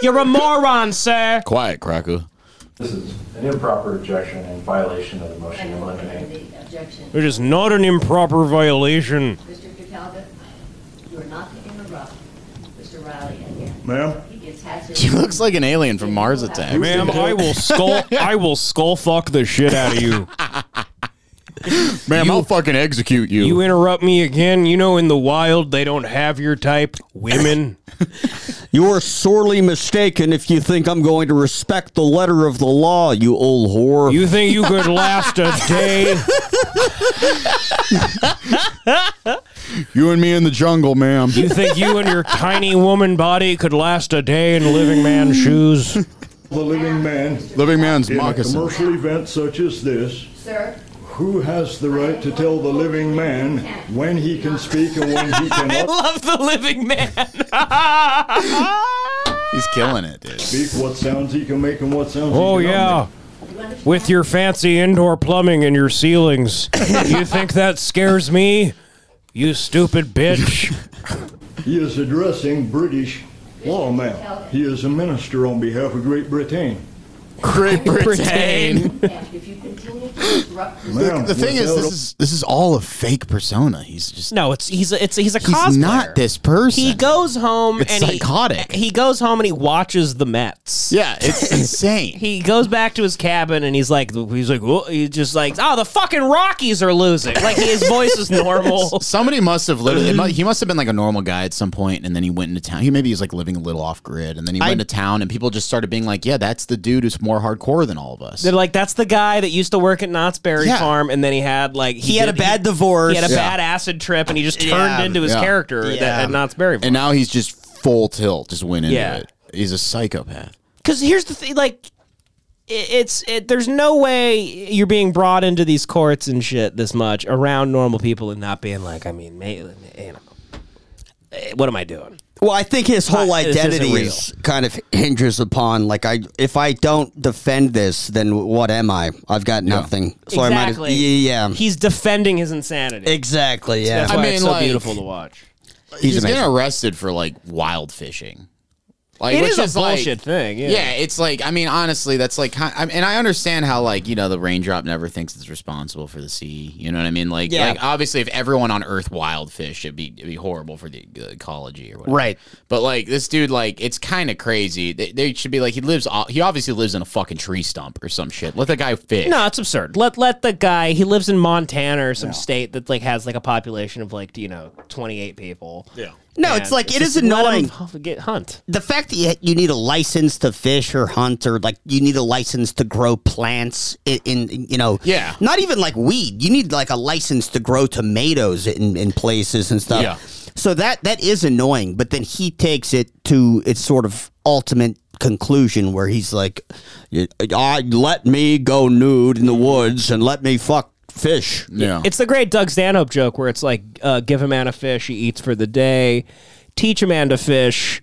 Speaker 3: You're a moron, sir."
Speaker 4: Quiet, Kraku.
Speaker 8: This is an improper objection in violation of the motion
Speaker 10: And
Speaker 8: to
Speaker 10: we'll have
Speaker 8: eliminate.
Speaker 10: the objection.
Speaker 3: It is not an improper violation.
Speaker 10: Mr. Cataldo, you are not to interrupt Mr. Riley again.
Speaker 9: Ma'am?
Speaker 10: He gets hazardous.
Speaker 4: He looks like an alien from Mars Attack.
Speaker 3: Ma'am, I will skull. I will skull fuck the shit out of you.
Speaker 4: Ma'am, I'll fucking execute you.
Speaker 3: You interrupt me again. You know, in the wild, they don't have your type, women.
Speaker 5: You're sorely mistaken if you think I'm going to respect the letter of the law, you old whore.
Speaker 3: You think you could last a day?
Speaker 4: You and me in the jungle, ma'am.
Speaker 3: You think you and your tiny woman body could last a day in living man's shoes?
Speaker 9: The living man
Speaker 4: Living man's
Speaker 9: in a
Speaker 4: moccasin.
Speaker 9: commercial event such as this
Speaker 10: Sir,
Speaker 9: Who has the right to tell the living man when he can speak and when he cannot
Speaker 3: Love the living man.
Speaker 4: He's killing it, dude.
Speaker 9: speak, what sounds he can make and what sounds
Speaker 3: Oh
Speaker 9: he cannot
Speaker 3: yeah. With your fancy indoor plumbing and your ceilings. you think that scares me? You stupid bitch.
Speaker 9: make. He is addressing British law, ma'am. He is a minister on behalf of Great Britain.
Speaker 11: Great Britain.
Speaker 10: And if you continue to disrupt this
Speaker 11: The, the thing is, this is this is all a fake persona. He's just
Speaker 3: No, it's he's a, it's a, he's a
Speaker 11: He's
Speaker 3: cosplayer.
Speaker 11: not this person.
Speaker 3: He goes home
Speaker 11: It's
Speaker 3: and
Speaker 11: psychotic.
Speaker 3: He, he goes home and he watches the Mets.
Speaker 11: Yeah, it's insane.
Speaker 3: he goes back to his cabin and he's like he's like "Whoa," he's just like oh the fucking Rockies are losing. Like his voice is normal.
Speaker 11: Somebody must have literally. it mu- He must have been like a normal guy at some point, and then he went into town. He maybe he was like living a little off grid, and then he
Speaker 3: I-
Speaker 11: went to town, and people just started being like, "Yeah, that's the dude who's more hardcore than all of us."
Speaker 3: They're like that's the guy that used to work at Knott's Berry
Speaker 11: Yeah.
Speaker 3: Farm and then he had like
Speaker 11: He had a bad
Speaker 5: divorce.
Speaker 3: He had a
Speaker 11: Yeah.
Speaker 3: bad acid trip and he just turned
Speaker 11: Yeah,
Speaker 3: into his
Speaker 11: yeah.
Speaker 3: character
Speaker 11: Yeah.
Speaker 3: that, at Knott's Berry Farm.
Speaker 11: and now he's just full tilt, just went into
Speaker 3: Yeah.
Speaker 11: it. He's a psychopath.
Speaker 3: Because here's the thing, like, it, it's it, there's no way you're being brought into these courts and shit this much around normal people and not being like, I mean, ma- you know, eh, what am I doing?
Speaker 5: Well, I think his whole
Speaker 3: Right, this isn't
Speaker 5: identity
Speaker 3: real.
Speaker 5: is kind of hinges upon like I if I don't defend this, then what am I? I've got nothing. So I might as-
Speaker 3: Exactly.
Speaker 5: yeah, yeah.
Speaker 3: He's defending his insanity.
Speaker 5: Exactly. Yeah.
Speaker 3: that's
Speaker 11: I
Speaker 3: why
Speaker 11: mean,
Speaker 3: it's so
Speaker 11: like-
Speaker 3: beautiful to watch.
Speaker 5: He's
Speaker 11: He's, getting
Speaker 5: amazing.
Speaker 11: arrested for like wild fishing. Like,
Speaker 3: It
Speaker 11: which
Speaker 3: is a
Speaker 11: like-
Speaker 3: bullshit thing, yeah.
Speaker 11: it's like I mean, honestly, that's like, kind I mean, and I understand how like you know the raindrop never thinks it's responsible for the sea. You know what I mean? Like,
Speaker 5: Yeah.
Speaker 11: like obviously, if everyone on Earth wild fish, it'd be it'd be horrible for the uh, ecology or whatever.
Speaker 5: Right.
Speaker 11: But like this dude, like it's kind of crazy. They, they should be like he lives. o- He obviously lives in a fucking tree stump or some shit. Let the guy fish.
Speaker 3: No, it's absurd. Let let the guy. He lives in Montana or some state that like has like a population of like you know twenty eight people. Yeah.
Speaker 5: No, it's like it is annoying.
Speaker 3: Get hunt.
Speaker 5: The fact that you, you need a license to fish or hunt or like you need a license to grow plants in, in you know
Speaker 11: Yeah.
Speaker 5: not even like weed you need like a license to grow tomatoes in, in places and stuff
Speaker 11: Yeah.
Speaker 5: so that that is annoying but then he takes it to its sort of ultimate conclusion where he's like "Y- I, let me go nude in the woods and let me fuck fish
Speaker 11: Yeah.
Speaker 3: It's the great Doug Stanhope joke where it's like, uh, give a man a fish, he eats for the day. Teach a man to fish.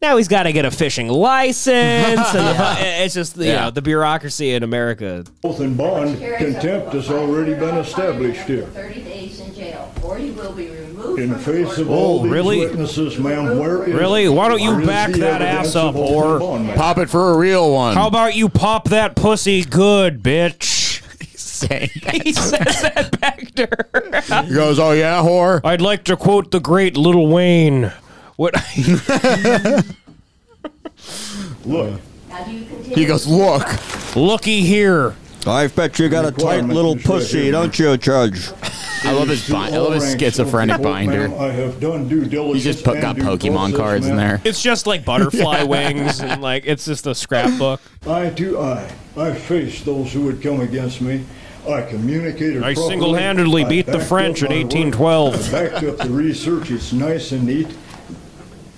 Speaker 3: Now he's got to get a fishing license. and It's just you
Speaker 11: Yeah.
Speaker 3: know the bureaucracy in America.
Speaker 9: Oath and bond
Speaker 10: carries up
Speaker 9: contempt
Speaker 10: to
Speaker 9: has already been
Speaker 10: 500
Speaker 9: established here.
Speaker 10: Thirty days in jail, or you will be removed
Speaker 9: In
Speaker 10: from the
Speaker 9: face of
Speaker 10: court.
Speaker 9: all these
Speaker 3: Oh, really?
Speaker 9: witnesses, ma'am, where is
Speaker 3: Really? Why don't you
Speaker 9: where is
Speaker 3: back
Speaker 9: the
Speaker 3: that
Speaker 9: evidence
Speaker 3: ass
Speaker 9: of
Speaker 3: up,
Speaker 9: oath and
Speaker 3: whore?
Speaker 9: bond, ma'am?
Speaker 11: Pop it for a real one.
Speaker 3: about you pop that pussy good, bitch?
Speaker 11: saying that?
Speaker 3: He says that back to her.
Speaker 11: He goes, "Oh yeah, whore."
Speaker 3: I'd like to quote the great Little Wayne. What?
Speaker 9: Look,
Speaker 10: Now, do you continue?
Speaker 11: He goes, "Look."
Speaker 3: Looky here.
Speaker 5: I bet you got a tight
Speaker 9: Requirement
Speaker 5: little
Speaker 9: is right
Speaker 5: pussy
Speaker 9: here.
Speaker 5: don't you judge
Speaker 11: I love his,
Speaker 9: to
Speaker 11: bi- I
Speaker 9: all
Speaker 11: love his
Speaker 9: ranks of
Speaker 11: schizophrenic
Speaker 9: people,
Speaker 11: binder.
Speaker 9: ma'am, I have done due
Speaker 11: He
Speaker 9: diligence.
Speaker 11: just put, got
Speaker 9: and due
Speaker 11: Pokemon
Speaker 9: process,
Speaker 11: cards in
Speaker 9: ma'am.
Speaker 11: there.
Speaker 3: It's just like butterfly wings and like it's just a scrapbook.
Speaker 9: Eye to eye, I faced those who would come against me. I communicated.
Speaker 3: I
Speaker 9: properly.
Speaker 3: single-handedly
Speaker 9: I
Speaker 3: beat the
Speaker 9: backed up
Speaker 3: French in
Speaker 9: my work.
Speaker 3: 1812.
Speaker 9: I backed up the research. It's nice and neat,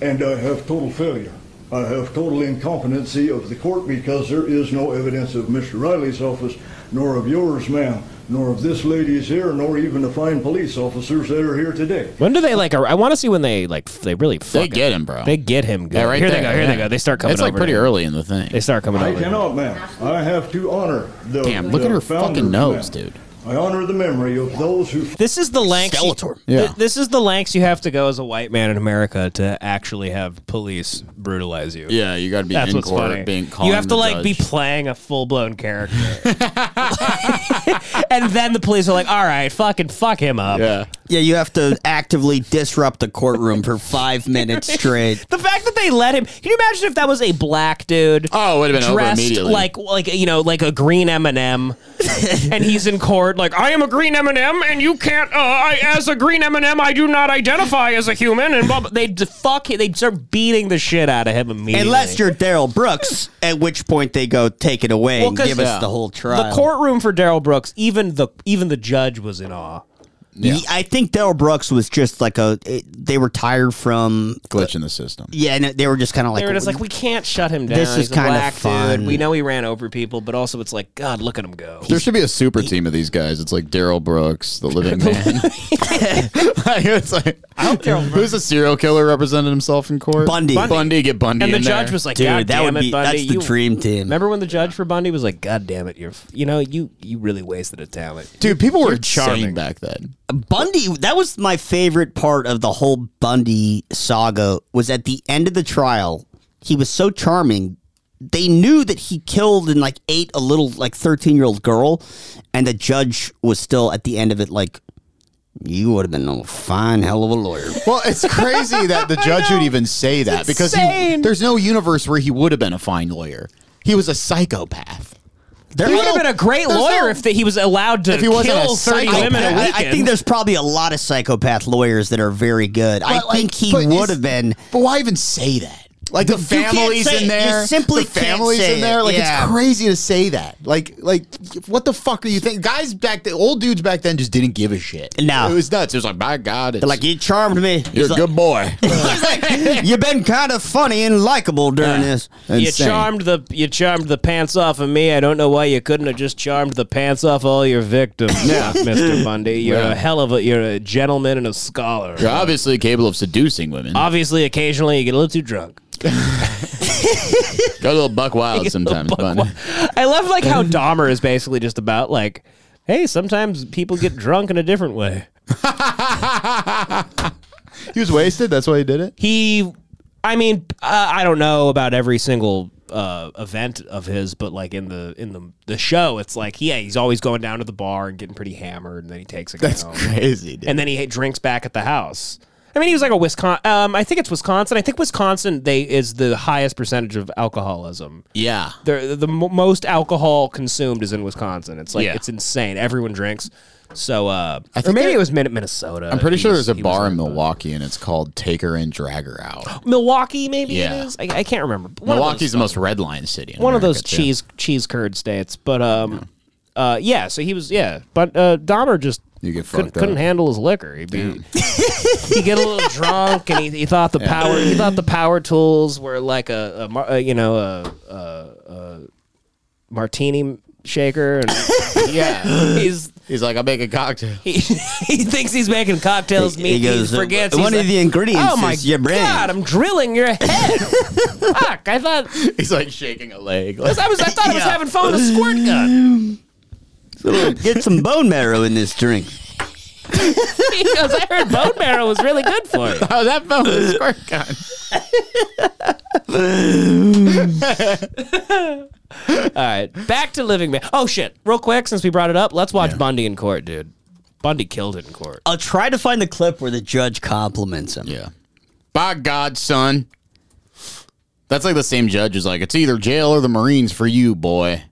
Speaker 9: and I have total failure. I have total incompetency of the court because there is no evidence of Mr. Riley's office, nor of yours, ma'am, nor of this lady's here, nor even the fine police officers that are here today.
Speaker 3: When do they like? ar- I want to see when they like. f- They really fuck
Speaker 11: They get him, bro.
Speaker 3: They get him good.
Speaker 11: Yeah, right
Speaker 3: here they
Speaker 11: there,
Speaker 3: go. Here
Speaker 11: yeah.
Speaker 3: they go. They start coming.
Speaker 11: It's like
Speaker 3: over
Speaker 11: pretty
Speaker 3: to him.
Speaker 11: early in the thing.
Speaker 3: They start coming.
Speaker 9: I
Speaker 3: over to him.
Speaker 9: cannot, ma'am. I have to honor the.
Speaker 11: Damn, look
Speaker 9: the
Speaker 11: at her
Speaker 9: founders,
Speaker 11: fucking nose,
Speaker 9: ma'am.
Speaker 11: dude.
Speaker 9: I honor the memory of those who
Speaker 3: This is the lengths. you-
Speaker 5: Skeletor.
Speaker 11: Yeah.
Speaker 3: th- This is the lengths you have to go as a white man in America to actually have police brutalize you.
Speaker 11: Yeah, you got to be
Speaker 3: That's
Speaker 11: in
Speaker 3: what's
Speaker 11: court,
Speaker 3: funny.
Speaker 11: being
Speaker 3: you have to like be playing a full blown character, and then the police are like, "All right, fucking fuck him up."
Speaker 11: yeah.
Speaker 5: Yeah, you have to actively disrupt the courtroom for five minutes straight.
Speaker 3: The fact that they let him. Can you imagine if that was a black dude?
Speaker 11: Oh, it would have been over
Speaker 3: dressed
Speaker 11: immediately.
Speaker 3: like like you know like a green M and m and he's in court like I am a green M and m and you can't. Uh, I as a green M and m I do not identify as a human, and blah, blah. they d- fuck. They start beating the shit out of him immediately.
Speaker 5: Unless you're Daryl Brooks, at which point they go take it away
Speaker 3: Well,
Speaker 5: and
Speaker 3: 'cause
Speaker 5: give
Speaker 3: yeah.
Speaker 5: us the whole trial.
Speaker 3: the courtroom for Daryl Brooks, even the even the judge was in awe.
Speaker 5: Yeah. I think Daryl Brooks was just like a. it- they were tired from.
Speaker 11: glitch in the system.
Speaker 5: Yeah, and they were just kind of like.
Speaker 3: they were just like, we can't shut him down.
Speaker 5: This is
Speaker 3: He's a
Speaker 5: kinda
Speaker 3: black
Speaker 5: fun."
Speaker 3: Dude. We know he ran over people, but also it's like, God, look at him go.
Speaker 11: There should be a super team of these guys. It's like Daryl Brooks, the Living Man. Like, it's like, who's the serial killer represented himself in court?
Speaker 5: Bundy. Bundy.
Speaker 11: Bundy, get Bundy.
Speaker 3: And the
Speaker 11: in
Speaker 3: judge
Speaker 11: there.
Speaker 3: was like,
Speaker 5: Dude, that
Speaker 3: God damn
Speaker 5: would
Speaker 3: it,
Speaker 5: be-
Speaker 3: Bundy.
Speaker 5: that's the
Speaker 3: you-
Speaker 5: dream team.
Speaker 3: Remember when the judge for Bundy was like, God damn it, you're, f- you know, you you really wasted a talent.
Speaker 11: dude, people were
Speaker 3: charming.
Speaker 11: charming back then.
Speaker 5: Bundy, that was my favorite part of the whole Bundy saga. Was at the end of the trial, he was so charming they knew that he killed and like ate a little like 13 year old girl and the judge was still at the end of it like you would have been a fine hell of a lawyer
Speaker 4: Well, it's crazy that the judge would even say that because he,
Speaker 5: insane.
Speaker 4: there's no universe where he would have been a fine lawyer. He was a psychopath.
Speaker 3: He would have been a great
Speaker 4: there's
Speaker 3: lawyer
Speaker 4: no-
Speaker 3: if that he was allowed to
Speaker 4: If he wasn't a
Speaker 3: kill 30 women a
Speaker 4: psychopath.
Speaker 3: weekend.
Speaker 5: I, I think there's probably a lot of psychopath lawyers that are very good i
Speaker 4: But, like,
Speaker 5: think he
Speaker 4: but you
Speaker 5: would
Speaker 4: s-
Speaker 5: have been
Speaker 4: But why even say that? Like the
Speaker 5: You can't
Speaker 4: families
Speaker 5: say it.
Speaker 4: in
Speaker 5: You
Speaker 4: there,
Speaker 5: simply
Speaker 4: the
Speaker 5: can't
Speaker 4: families
Speaker 5: say
Speaker 4: in there.
Speaker 5: it.
Speaker 4: Like
Speaker 5: Yeah.
Speaker 4: it's crazy to say that. Like, like what the fuck are you think? Guys back, the old dudes back then just didn't give a shit.
Speaker 5: No.
Speaker 4: it was nuts. It was like my god, it's,
Speaker 5: They're like you charmed me
Speaker 4: you're
Speaker 5: He's
Speaker 4: a
Speaker 5: like,
Speaker 4: good boy.
Speaker 5: you've been kind of funny and likable during this
Speaker 3: You
Speaker 4: Insane.
Speaker 3: charmed the you charmed the pants off of me. I don't know why you couldn't have just charmed the pants off all your victims, Mr. Bundy. You're
Speaker 4: Yeah.
Speaker 3: a hell of a you're a gentleman and a scholar.
Speaker 4: You're obviously capable of seducing women.
Speaker 3: Obviously, occasionally you get a little too drunk.
Speaker 4: Go a little buck wild sometimes, bud.
Speaker 3: I love like how Dahmer is basically just about like, hey, sometimes people get drunk in a different way.
Speaker 4: He was wasted. That's why he did it.
Speaker 3: He, I mean, uh, I don't know about every single uh, event of his, but like in the in the the show, it's like yeah, he's always going down to the bar and getting pretty hammered, and then he takes a
Speaker 4: That's
Speaker 3: home.
Speaker 4: crazy, dude.
Speaker 3: and then he drinks back at the house. I mean, he was like a Wisconsin. Um, I think it's Wisconsin. I think Wisconsin they is the highest percentage of alcoholism.
Speaker 12: Yeah.
Speaker 3: They're, the mo most alcohol consumed is in Wisconsin. It's like
Speaker 12: Yeah.
Speaker 3: it's insane. Everyone drinks. So, uh, or
Speaker 4: think
Speaker 3: maybe
Speaker 4: there-
Speaker 3: it was Min- Minnesota.
Speaker 4: I'm pretty
Speaker 3: He
Speaker 4: sure
Speaker 3: was-
Speaker 4: there's a
Speaker 3: he was
Speaker 4: bar in
Speaker 3: like, uh,
Speaker 4: Milwaukee, and it's called Take Her In, Drag Her Out.
Speaker 3: Milwaukee, maybe
Speaker 4: Yeah.
Speaker 3: it is. I, I can't remember. But one of
Speaker 4: Milwaukee's
Speaker 3: those-
Speaker 4: the most red line city. in
Speaker 3: one of
Speaker 4: America,
Speaker 3: those
Speaker 4: too.
Speaker 3: cheese cheese curd states. But um, uh, yeah. So he was yeah. But uh, Dahmer just
Speaker 4: You get
Speaker 3: couldn't,
Speaker 4: fucked
Speaker 3: couldn't
Speaker 4: up.
Speaker 3: handle his liquor. He'd be he get a little drunk, and he, he thought the power he thought the power tools were like a, a, mar- a you know a, a, a martini shaker, and
Speaker 4: Yeah,
Speaker 3: he's
Speaker 4: he's like, I make a cocktail.
Speaker 3: he, he thinks he's making cocktails.
Speaker 5: He-
Speaker 3: Me,
Speaker 5: he
Speaker 3: he, uh,
Speaker 5: goes,
Speaker 3: forgets
Speaker 5: "One
Speaker 3: he's
Speaker 5: of the ingredients
Speaker 3: Oh my
Speaker 5: is your brain."
Speaker 3: god! I'm drilling your head. Fuck! I thought
Speaker 4: He's like shaking a leg. Like,
Speaker 3: I was I thought I was
Speaker 5: Yeah.
Speaker 3: having fun with a squirt gun.
Speaker 5: get some bone marrow in this drink
Speaker 3: He goes, I heard bone marrow was really good for you.
Speaker 4: oh, that phone is squirt gun.
Speaker 3: All right, back to Living Man. Oh shit! Real quick, since we brought it up, let's watch Bundy in court, dude. Bundy killed it in court.
Speaker 5: i'll try to find the clip where the judge compliments him
Speaker 4: Yeah. By God, son. That's like the same judge is like, it's either jail or the Marines for you, boy.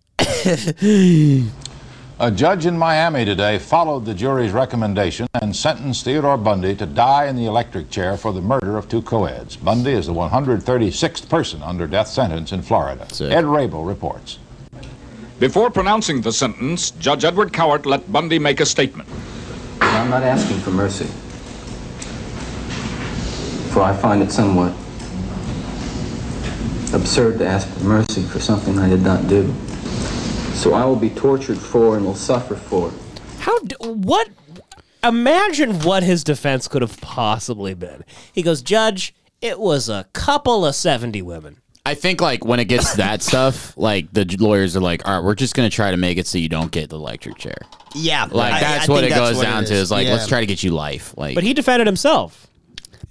Speaker 13: A judge in Miami today followed the jury's recommendation and sentenced Theodore Bundy to die in the electric chair for the murder of two co-eds. Bundy is the 136th person under death sentence in Florida. Ed Rabel reports.
Speaker 14: Before pronouncing the sentence, Judge Edward Cowart let Bundy make a statement.
Speaker 15: I'm not asking for mercy, for I find it somewhat absurd to ask for mercy for something I did not do. So I will be tortured for and will suffer for.
Speaker 3: How? d- What? Imagine what his defense could have possibly been. He goes, Judge, it was a couple of seventy women.
Speaker 4: I think like when it gets to that stuff, like the j- lawyers are like, all right, we're just gonna try to make it so you don't get the electric chair.
Speaker 5: yeah
Speaker 4: Like
Speaker 5: I-
Speaker 4: that's
Speaker 5: I
Speaker 4: what
Speaker 5: think
Speaker 4: it
Speaker 5: that's
Speaker 4: goes
Speaker 5: what
Speaker 4: down to
Speaker 5: is.
Speaker 4: is like, let's
Speaker 5: Yeah.
Speaker 4: try to get you life. Like,
Speaker 3: But he defended himself.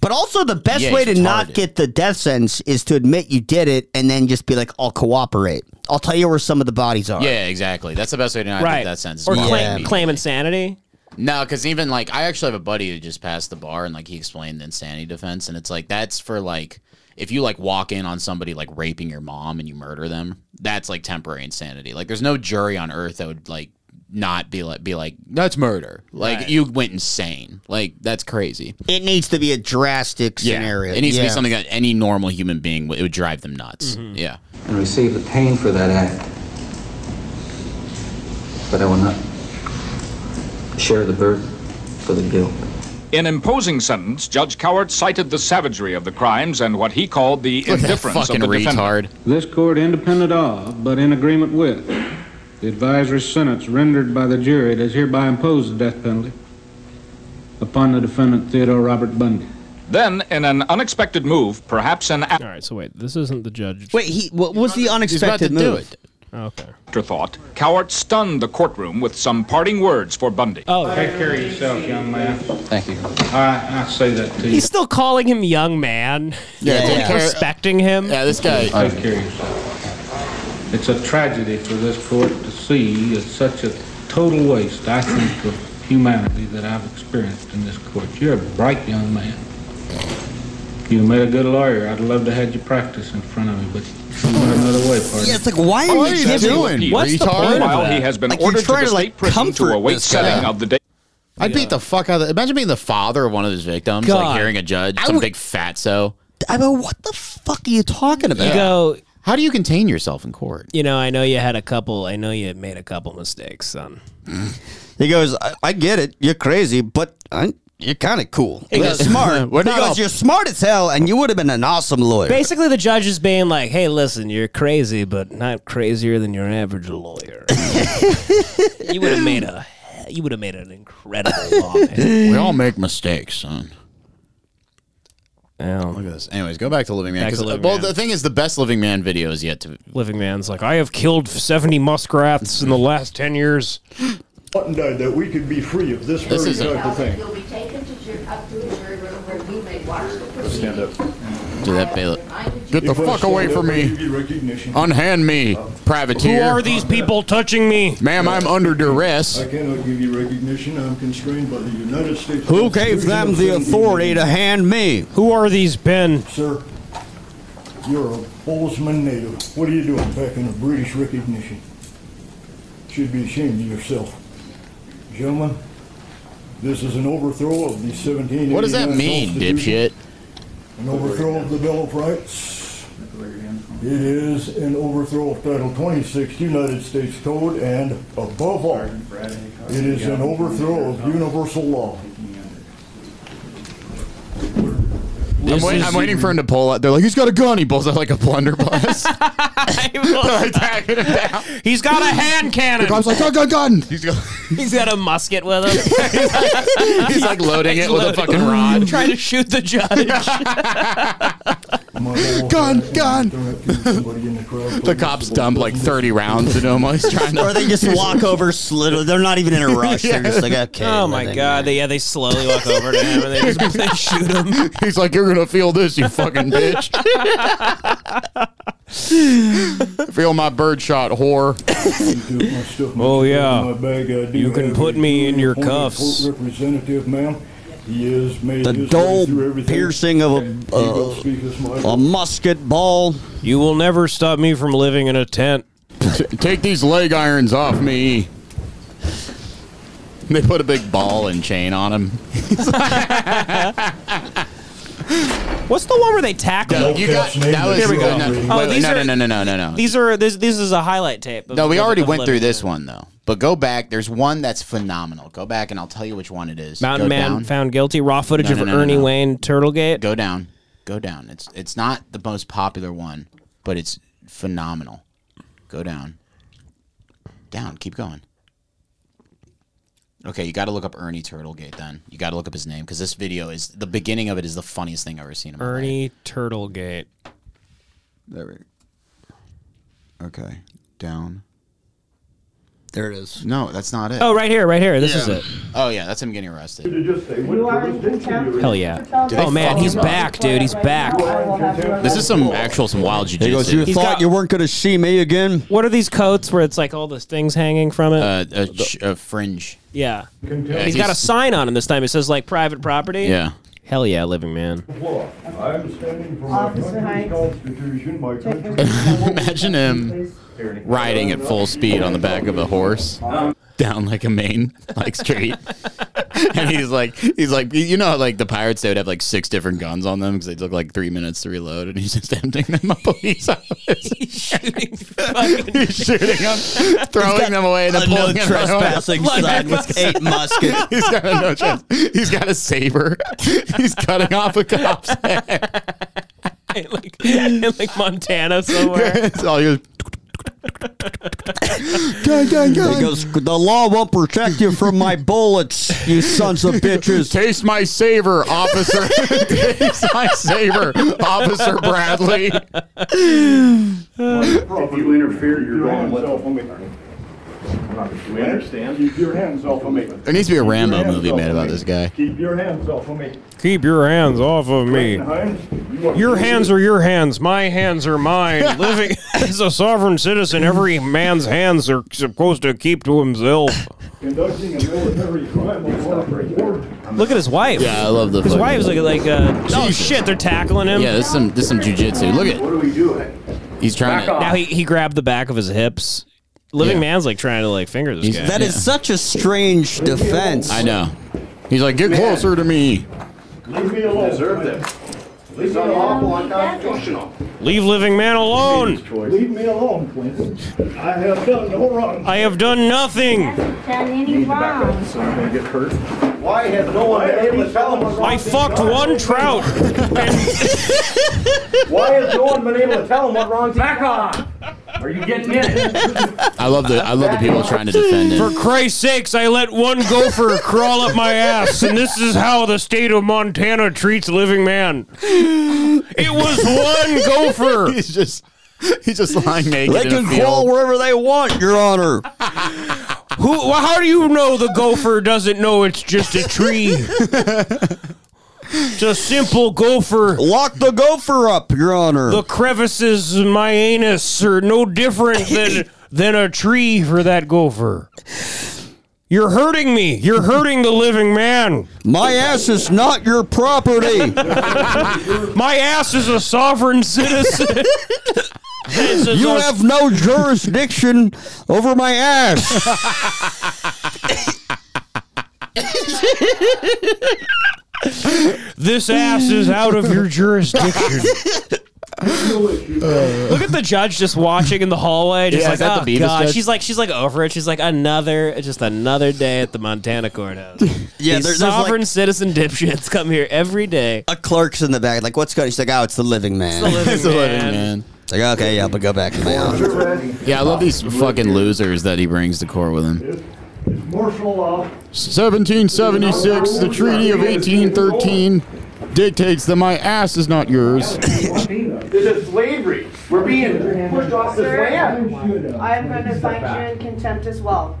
Speaker 5: But also, the best
Speaker 4: Yeah,
Speaker 5: way to
Speaker 4: he's
Speaker 5: not
Speaker 4: retarded.
Speaker 5: get the death sentence is to admit you did it and then just be like, I'll cooperate. I'll tell you where some of the bodies are.
Speaker 4: yeah, exactly. That's the best way to not
Speaker 3: right.
Speaker 4: get that sentence.
Speaker 3: or
Speaker 4: Well,
Speaker 3: claim,
Speaker 4: yeah.
Speaker 3: claim insanity.
Speaker 4: No, because even like I actually have a buddy who just passed the bar and like he explained the insanity defense, and it's like that's for like if you like walk in on somebody like raping your mom and you murder them, that's like temporary insanity. Like there's no jury on earth that would like not be like be like that's murder. Like
Speaker 5: Right.
Speaker 4: you went insane. Like that's crazy.
Speaker 5: It needs to be a drastic scenario.
Speaker 4: It needs to
Speaker 5: Yeah.
Speaker 4: be something that any normal human being would- it would drive them nuts.
Speaker 5: Mm-hmm.
Speaker 4: Yeah.
Speaker 15: and receive the pain for that act. But I will not share the burden for the guilt.
Speaker 14: In imposing sentence, Judge Cowart cited the savagery of the crimes and what he called the
Speaker 4: Look at that
Speaker 14: indifference of
Speaker 4: fucking
Speaker 14: the defendant.
Speaker 4: retard.
Speaker 16: This court, independent of, but in agreement with, the advisory sentence rendered by the jury does hereby impose the death penalty upon the defendant Theodore Robert Bundy.
Speaker 14: Then, in an unexpected move, perhaps an
Speaker 3: All right, so wait, this isn't the judge.
Speaker 5: Wait, he, what was the
Speaker 4: He's about to
Speaker 5: unexpected
Speaker 4: do
Speaker 5: move?
Speaker 4: it.
Speaker 3: Okay.
Speaker 14: afterthought, Cowart stunned the courtroom with some parting words for Bundy.
Speaker 3: Oh,
Speaker 16: Take care of yourself, young man.
Speaker 15: Thank you.
Speaker 16: I, I say that to you.
Speaker 3: He's still calling him young man.
Speaker 4: Yeah,
Speaker 5: Yeah.
Speaker 4: take care-
Speaker 3: Respecting him.
Speaker 4: yeah, this guy.
Speaker 16: Take care of yourself. It's a tragedy for this court to see It's such a total waste, I think, of humanity that I've experienced in this court. You're a bright young man. You made a good lawyer. I'd love to have you practice in front of me, but you went another way, partner.
Speaker 5: Yeah, it's like why are you doing?
Speaker 14: While he has been
Speaker 4: Like, you're
Speaker 14: ordered to
Speaker 4: trying
Speaker 14: the
Speaker 4: to, like,
Speaker 14: state prison to
Speaker 4: comfort
Speaker 14: await
Speaker 4: this guy.
Speaker 14: setting of the day.
Speaker 4: I'd beat the fuck out of. Imagine being the father of one of his victims,
Speaker 5: God.
Speaker 4: like hearing a judge, some big fatso.
Speaker 5: I mean, what the fuck are you talking about?
Speaker 4: You
Speaker 3: go.
Speaker 4: How do you contain yourself in court?
Speaker 3: You know, I know you had a couple. I know you made a couple mistakes, son.
Speaker 5: He goes, I, I get it. You're crazy, but I, you're kind of cool.
Speaker 3: He
Speaker 5: You're
Speaker 3: goes-
Speaker 5: smart.
Speaker 3: We're
Speaker 5: he
Speaker 3: not
Speaker 5: goes,
Speaker 3: all-
Speaker 5: you're smart as hell, and you would have been an awesome lawyer.
Speaker 3: Basically, the judge is being like, "Hey, listen, you're crazy, but not crazier than your average lawyer. you would have made a, you would have made an incredible law."
Speaker 4: we all make mistakes, son. Look at this. Anyways, go back to Living Man.
Speaker 3: Back to
Speaker 4: 'cause, uh,
Speaker 3: Living
Speaker 4: well,
Speaker 3: Man.
Speaker 4: the thing is, the best Living Man video is yet to.
Speaker 3: Living Man's like, "I have killed seventy muskrats in the last ten years."
Speaker 9: Button died that we could be free of this
Speaker 4: This
Speaker 9: very
Speaker 4: is a-
Speaker 9: type of thing.
Speaker 17: You'll be taken to ju- up to a jury room where we may watch the
Speaker 9: Stand
Speaker 17: proceedings.
Speaker 9: up.
Speaker 4: Do that, bail- Get the
Speaker 9: If I
Speaker 4: fuck
Speaker 9: stand
Speaker 4: away
Speaker 9: up,
Speaker 4: from
Speaker 9: I'll
Speaker 4: me.
Speaker 9: give you recognition.
Speaker 4: Unhand me, privateer.
Speaker 9: Who are these people
Speaker 3: touching me?
Speaker 4: Ma'am, I'm under duress.
Speaker 9: I cannot give you recognition. I'm constrained by the United States.
Speaker 5: Who gave them the
Speaker 9: Constitution.
Speaker 5: authority to hand me?
Speaker 3: Who are these men?
Speaker 9: Sir, you're a Bozeman native. What are you doing back in the British recognition? Should be ashamed of yourself. Gentlemen, this is an overthrow of the 1789
Speaker 4: What does that mean,
Speaker 9: Constitution.
Speaker 4: dipshit?
Speaker 9: An overthrow of the Bill of Rights. It is an overthrow of Title 26 United States Code and above all, it is an overthrow of universal law.
Speaker 4: I'm, wait, I'm waiting for him to pull out. They're like, he's got a gun. He pulls out like a blunderbuss.
Speaker 3: He's got a hand cannon.
Speaker 4: The guy's like, gun, gun, gun. He's got,
Speaker 3: He's got a musket with him.
Speaker 4: he's like loading it with a
Speaker 3: Loaded.
Speaker 4: fucking rod.
Speaker 3: trying to shoot the judge.
Speaker 4: Gun, gun.
Speaker 9: The
Speaker 4: cops dump like 30 rounds into him while he's trying to.
Speaker 5: or they just walk over, slither. They're not even in a rush. They're just like, okay.
Speaker 3: oh my
Speaker 4: uh,
Speaker 3: god! They, yeah, they slowly walk over to him and they just they shoot him.
Speaker 4: He's like, you're gonna feel this, you fucking bitch. feel my birdshot, whore.
Speaker 3: Oh, yeah.
Speaker 9: You
Speaker 3: You can put me in your cuffs.
Speaker 9: Representative, ma'am. He has made
Speaker 5: The
Speaker 9: his way
Speaker 5: dull
Speaker 9: through everything.
Speaker 5: piercing of a,
Speaker 9: He will
Speaker 5: uh,
Speaker 9: speak his mind.
Speaker 5: a musket ball.
Speaker 3: You will never stop me from living in a tent.
Speaker 4: T- take these leg irons off me. They put a big ball and chain on him.
Speaker 3: What's the one where they tackle?
Speaker 4: No, you got that was
Speaker 3: Here we go.
Speaker 4: No,
Speaker 3: Oh,
Speaker 4: wait,
Speaker 3: these
Speaker 4: no,
Speaker 3: are-
Speaker 4: no, no, no, no, no.
Speaker 3: These are this. This is a highlight tape. of-
Speaker 4: No, we
Speaker 3: of-
Speaker 4: already
Speaker 3: of
Speaker 4: went through
Speaker 3: living.
Speaker 4: this one though. But go back. There's one that's phenomenal. Go back and I'll tell you which one it is. Go
Speaker 3: Mountain Man
Speaker 4: down.
Speaker 3: found guilty. Raw footage
Speaker 4: No,
Speaker 3: of
Speaker 4: no, no, no,
Speaker 3: Ernie
Speaker 4: no.
Speaker 3: Wayne Turtlegate.
Speaker 4: Go down. Go down. It's it's not the most popular one, but it's phenomenal. Go down. Down. Keep going. Okay, you got to look up Ernie Turtlegate then. You got to look up his name because this video is the beginning of it is the funniest thing I've ever seen. in my life.
Speaker 3: Ernie Turtlegate.
Speaker 4: There we Okay. Down.
Speaker 5: There it is.
Speaker 4: No, that's not it.
Speaker 3: Oh, right here, right here. This
Speaker 4: Yeah.
Speaker 3: is it.
Speaker 4: Oh, yeah, that's him getting arrested.
Speaker 3: Hell yeah.
Speaker 4: Did
Speaker 3: Oh
Speaker 4: they
Speaker 3: man,
Speaker 4: fuck
Speaker 3: he's
Speaker 4: him up?
Speaker 3: back, dude. He's back.
Speaker 4: This is some actual, some wild
Speaker 5: He goes, you
Speaker 4: jujitsu.
Speaker 5: thought you weren't going to see me again?
Speaker 3: What are these coats where it's like all those things hanging from it?
Speaker 4: Uh, a, ch- a fringe.
Speaker 3: yeah.
Speaker 4: Yeah,
Speaker 3: He's got a
Speaker 4: he's-
Speaker 3: sign on him this time. It says like private property.
Speaker 4: Yeah.
Speaker 3: Hell yeah, living man.
Speaker 9: I'm standing for my
Speaker 17: Officer
Speaker 9: country's
Speaker 17: Hines.
Speaker 9: constitution, my country's
Speaker 4: Imagine him riding at full speed on the back of a horse down like a main like street, and he's like, he's like, you know, how, like the pirates they would have like six different guns on them because they took like three minutes to reload, and he's just emptying them a police office. He's shooting them, throwing them away, and then
Speaker 5: No
Speaker 4: pulling another one.
Speaker 5: trespassing sign with eight muskets.
Speaker 4: He's got a no chance. He's got a saber. He's cutting off a cop's head.
Speaker 3: in like, in like Montana somewhere.
Speaker 4: It's all you.
Speaker 5: He goes, the law won't protect you from my bullets, you sons of bitches.
Speaker 4: Taste my saber, officer. Taste my saber, officer Bradley.
Speaker 9: If you interfere, you're going with.
Speaker 8: We understand. Keep your hands off of me.
Speaker 11: There needs to be a Rambo movie made about this guy.
Speaker 8: Keep your hands off of me.
Speaker 10: Keep your hands off of me. Your hands are your hands. My hands are mine. Living as a sovereign citizen, every man's hands are supposed to keep to himself.
Speaker 8: Conducting a military crime of war.
Speaker 10: Look at his wife.
Speaker 11: Yeah, I love the.
Speaker 10: His
Speaker 11: fucking-
Speaker 10: wife's like, like uh, oh shit, they're tackling him.
Speaker 11: Yeah, there's some there's some jujitsu. Look at
Speaker 8: What are we doing?
Speaker 11: he's trying to.
Speaker 10: Now he, he grabbed the back of his hips. Living man's like trying to like finger this
Speaker 11: He's-
Speaker 10: guy.
Speaker 5: That is such a strange defense.
Speaker 11: I know. He's like, get closer to me.
Speaker 8: Leave me alone. Deserve this. Leave me alone. Unconstitutional.
Speaker 10: Leave living man alone.
Speaker 8: Leave me alone, Clinton. I have done no wrong.
Speaker 10: I have done nothing.
Speaker 18: Done any wrong.
Speaker 8: I'm gonna get hurt. Why has no one been able to tell him what's wrong?
Speaker 10: I fucked one trout.
Speaker 8: Why has no one been able to tell him what wrong? Back on. Are you getting in?
Speaker 11: I love the I love the people trying to defend
Speaker 10: For
Speaker 11: him.
Speaker 10: Christ's sakes, I let one gopher crawl up my ass, and this is how the state of Montana treats living man. It was one gopher.
Speaker 11: He's just he's just lying naked
Speaker 5: They
Speaker 11: in a
Speaker 5: can crawl
Speaker 11: field.
Speaker 5: wherever they want, Your Honor.
Speaker 10: Who? Well, how do you know the gopher doesn't know it's just a tree? It's a simple gopher.
Speaker 5: Lock the gopher up, Your Honor.
Speaker 10: The crevices in my anus are no different than than a tree for that gopher. You're hurting me. You're hurting the living man.
Speaker 5: My ass is not your property.
Speaker 10: My ass is a sovereign citizen. This is
Speaker 5: you
Speaker 10: a-
Speaker 5: have no jurisdiction over my ass.
Speaker 10: this ass is out of your jurisdiction.
Speaker 8: Uh,
Speaker 10: Look at the judge just watching in the hallway, just
Speaker 11: Yeah,
Speaker 10: like
Speaker 11: is that
Speaker 10: oh
Speaker 11: the Beavis
Speaker 10: god,
Speaker 11: judge?
Speaker 10: she's like she's like over it. She's like another, just another day at the Montana courthouse.
Speaker 5: Yeah,
Speaker 10: These
Speaker 5: there- there's
Speaker 10: sovereign
Speaker 5: like-
Speaker 10: citizen dipshits come here every day.
Speaker 5: A clerk's in the back, like, what's going on? She's like, oh, it's the living man.
Speaker 10: The living
Speaker 11: He's a living
Speaker 10: man.
Speaker 11: man.
Speaker 5: It's like, okay, yeah, but go back to my office.
Speaker 11: Yeah, I love these fucking losers that he brings to court with him.
Speaker 8: Martial law.
Speaker 11: 1776, the Treaty of 1813 dictates that my ass is not yours.
Speaker 8: This is slavery. We're being pushed off this land.
Speaker 18: I'm gonna find you in contempt as well.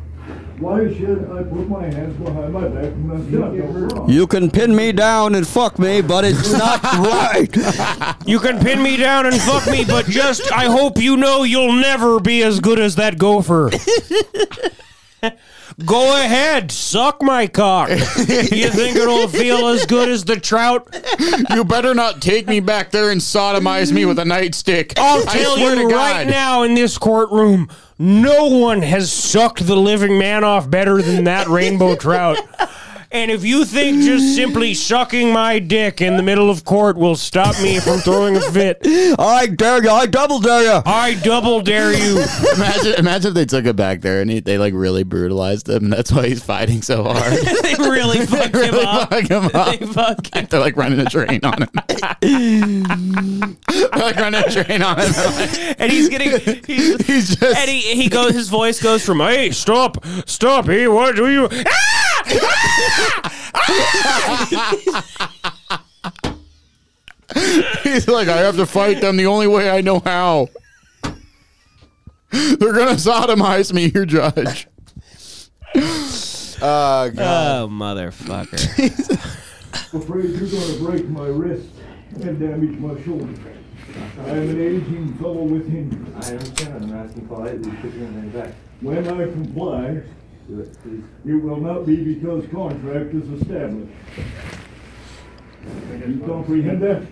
Speaker 9: Why should I put my hands behind my back when I've done no wrong?
Speaker 5: You can pin me down and fuck me, but it's not right.
Speaker 10: You can pin me down and fuck me, but just I hope you know you'll never be as good as that gopher. Go ahead, suck my cock. You think it'll feel as good as the trout?
Speaker 11: You better not take me back there and sodomize me with a nightstick.
Speaker 10: I'll
Speaker 11: I
Speaker 10: tell
Speaker 11: swear
Speaker 10: you
Speaker 11: to
Speaker 10: right
Speaker 11: God.
Speaker 10: now in this courtroom, no one has sucked the living man off better than that rainbow trout. And if you think just simply sucking my dick in the middle of court will stop me from throwing a fit,
Speaker 5: I dare you. I double dare you.
Speaker 10: I double dare you.
Speaker 11: Imagine, imagine if they took it back there and he, they like really brutalized him. And that's why he's fighting so hard.
Speaker 10: they really fucked
Speaker 11: They really
Speaker 10: him up.
Speaker 11: fuck him
Speaker 10: They
Speaker 11: up.
Speaker 10: fuck.
Speaker 11: They're like running a train on him. They're like running a train on him.
Speaker 10: And he's getting. He's,
Speaker 11: He's just.
Speaker 10: and he, he goes. His voice goes from "Hey, stop, stop! Hey, what do you?" Ah!
Speaker 11: He's like, I have to fight them the only way I know how. They're gonna sodomize me, your judge. Uh,
Speaker 10: Oh, motherfucker!
Speaker 9: Afraid you're gonna break my wrist and damage my shoulder. I am an aging fellow with injuries.
Speaker 8: I understand. I'm asking politely. Put your hand back.
Speaker 9: When I comply,
Speaker 8: Do it, please.
Speaker 9: it will not be because contract is established. You comprehend that?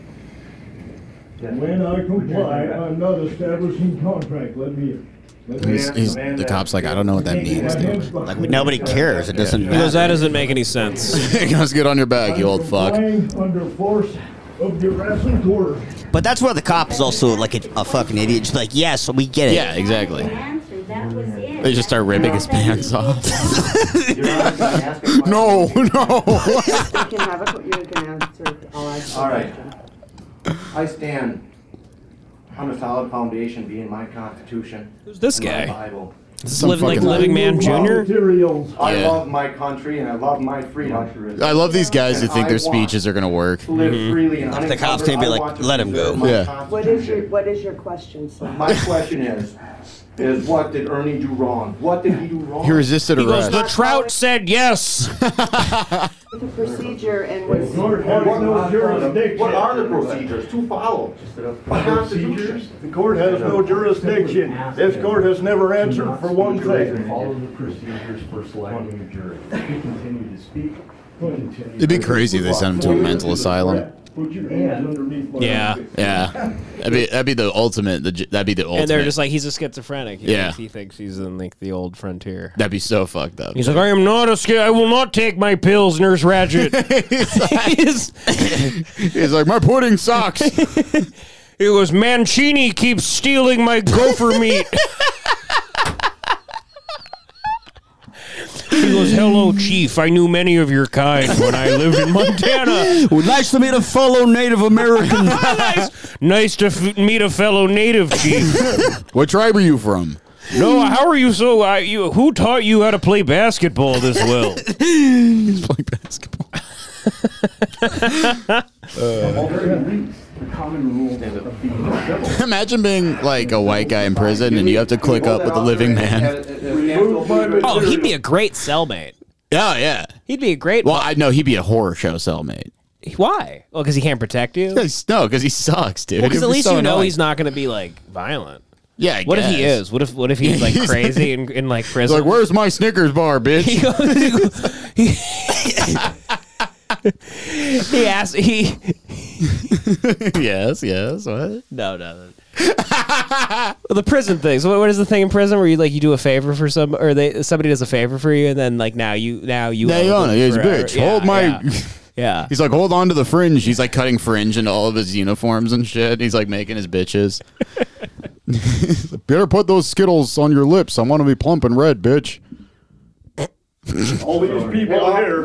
Speaker 9: When I comply, I'm not establishing contract. Let me. Let me.
Speaker 11: the cop's like, I don't know what that means. dude."
Speaker 5: Like, nobody cares. It doesn't
Speaker 10: Because that doesn't make any sense.
Speaker 11: He goes, get on your back, you old fuck.
Speaker 9: Complying Under force of duress and coercion.
Speaker 5: But that's where the cop is also like a, a fucking idiot. Just like, yes, we get it.
Speaker 11: Yeah, exactly.
Speaker 18: Answer, that was it.
Speaker 11: They just start ripping his pants off.
Speaker 8: You're not gonna ask a question.
Speaker 11: No, no.
Speaker 18: You can have a, you can answer all I
Speaker 8: All right. I stand on a solid foundation being my Constitution.
Speaker 10: Who's this
Speaker 8: and my
Speaker 10: guy?
Speaker 8: Bible.
Speaker 11: Some
Speaker 10: Liv- like
Speaker 11: fucking-
Speaker 10: Living Man Junior.
Speaker 9: Materials.
Speaker 8: I
Speaker 11: Yeah.
Speaker 8: love my country and I love my freedom.
Speaker 11: I love these guys who think their speeches are gonna work.
Speaker 8: To live freely and
Speaker 5: Like the cops
Speaker 8: unencumbered.
Speaker 5: can't be
Speaker 8: I
Speaker 5: like,
Speaker 8: want to
Speaker 5: "Let him
Speaker 8: preserve
Speaker 5: go."
Speaker 8: my
Speaker 11: Yeah.
Speaker 18: What is your,
Speaker 8: Constitution.
Speaker 18: what is your question, sir?
Speaker 8: My question is, is what did Ernie do wrong? What did he do wrong?
Speaker 11: He resisted
Speaker 3: He goes,
Speaker 11: arrest.
Speaker 3: the trout said yes.
Speaker 10: The procedure and was.
Speaker 8: And what, what are the procedures to follow?
Speaker 9: Procedures? The court has no jurisdiction. This court has never answered for one thing.
Speaker 19: Follow the procedures for selecting a jury. If you continue to speak, you continue.
Speaker 4: It'd be crazy if they sent him to a mental asylum.
Speaker 3: Yeah.
Speaker 4: Yeah, that'd be that'd be the ultimate. The, j- that'd be the ultimate.
Speaker 3: And they're just like, he's a schizophrenic. He
Speaker 4: Yeah.
Speaker 3: thinks- He thinks he's in like the old frontier.
Speaker 4: that'd be so fucked up.
Speaker 3: He's like, I am not a schi- I will not take my pills, Nurse Ratchet. He's-
Speaker 4: He's like, my pudding sucks.
Speaker 3: It was Mancini keeps stealing my gopher meat. he goes, Hello, Chief. I knew many of your kind when I lived in Montana.
Speaker 5: nice to meet a fellow Native American.
Speaker 3: Nice to f- meet a fellow native, Chief.
Speaker 4: what tribe are you from?
Speaker 3: No, how are you so? Uh, you, who taught you how to play basketball this well?
Speaker 4: He's playing basketball. Oh,
Speaker 19: The common rule of being civil.
Speaker 4: Imagine being like a white guy in prison and you have to click up with a living man.
Speaker 3: Oh, he'd be a great cellmate.
Speaker 4: Oh yeah.
Speaker 3: He'd be a great.
Speaker 4: Well, I know he'd be a horror show cellmate.
Speaker 3: Why? Well, because he can't protect you.
Speaker 4: Yes, No, because he sucks, dude.
Speaker 3: Because
Speaker 4: It'd
Speaker 3: at
Speaker 4: be
Speaker 3: least
Speaker 4: so
Speaker 3: you know
Speaker 4: annoying.
Speaker 3: he's not going to be like violent.
Speaker 4: Yeah. I
Speaker 3: what if he
Speaker 4: guess.
Speaker 3: is? What if what if he's like
Speaker 4: He's-
Speaker 3: crazy in, in like
Speaker 4: He's
Speaker 3: prison?
Speaker 4: like, where's my Snickers bar, bitch?
Speaker 3: he asked he
Speaker 4: yes, yes. What?
Speaker 3: no no. the prison things. What, what is the thing in prison where you like you do a favor for some or they somebody does a favor for you and then like now you now you
Speaker 4: Now you
Speaker 3: owe
Speaker 4: own
Speaker 3: them
Speaker 4: it. He's a
Speaker 3: forever.
Speaker 4: bitch.
Speaker 3: Yeah,
Speaker 4: Hold my.
Speaker 3: yeah. yeah.
Speaker 4: He's like, hold on to the fringe. He's like cutting fringe into all of his uniforms and shit. He's like making his bitches. Better put those Skittles on your lips. I want to be plump and red, bitch.
Speaker 9: All these people here,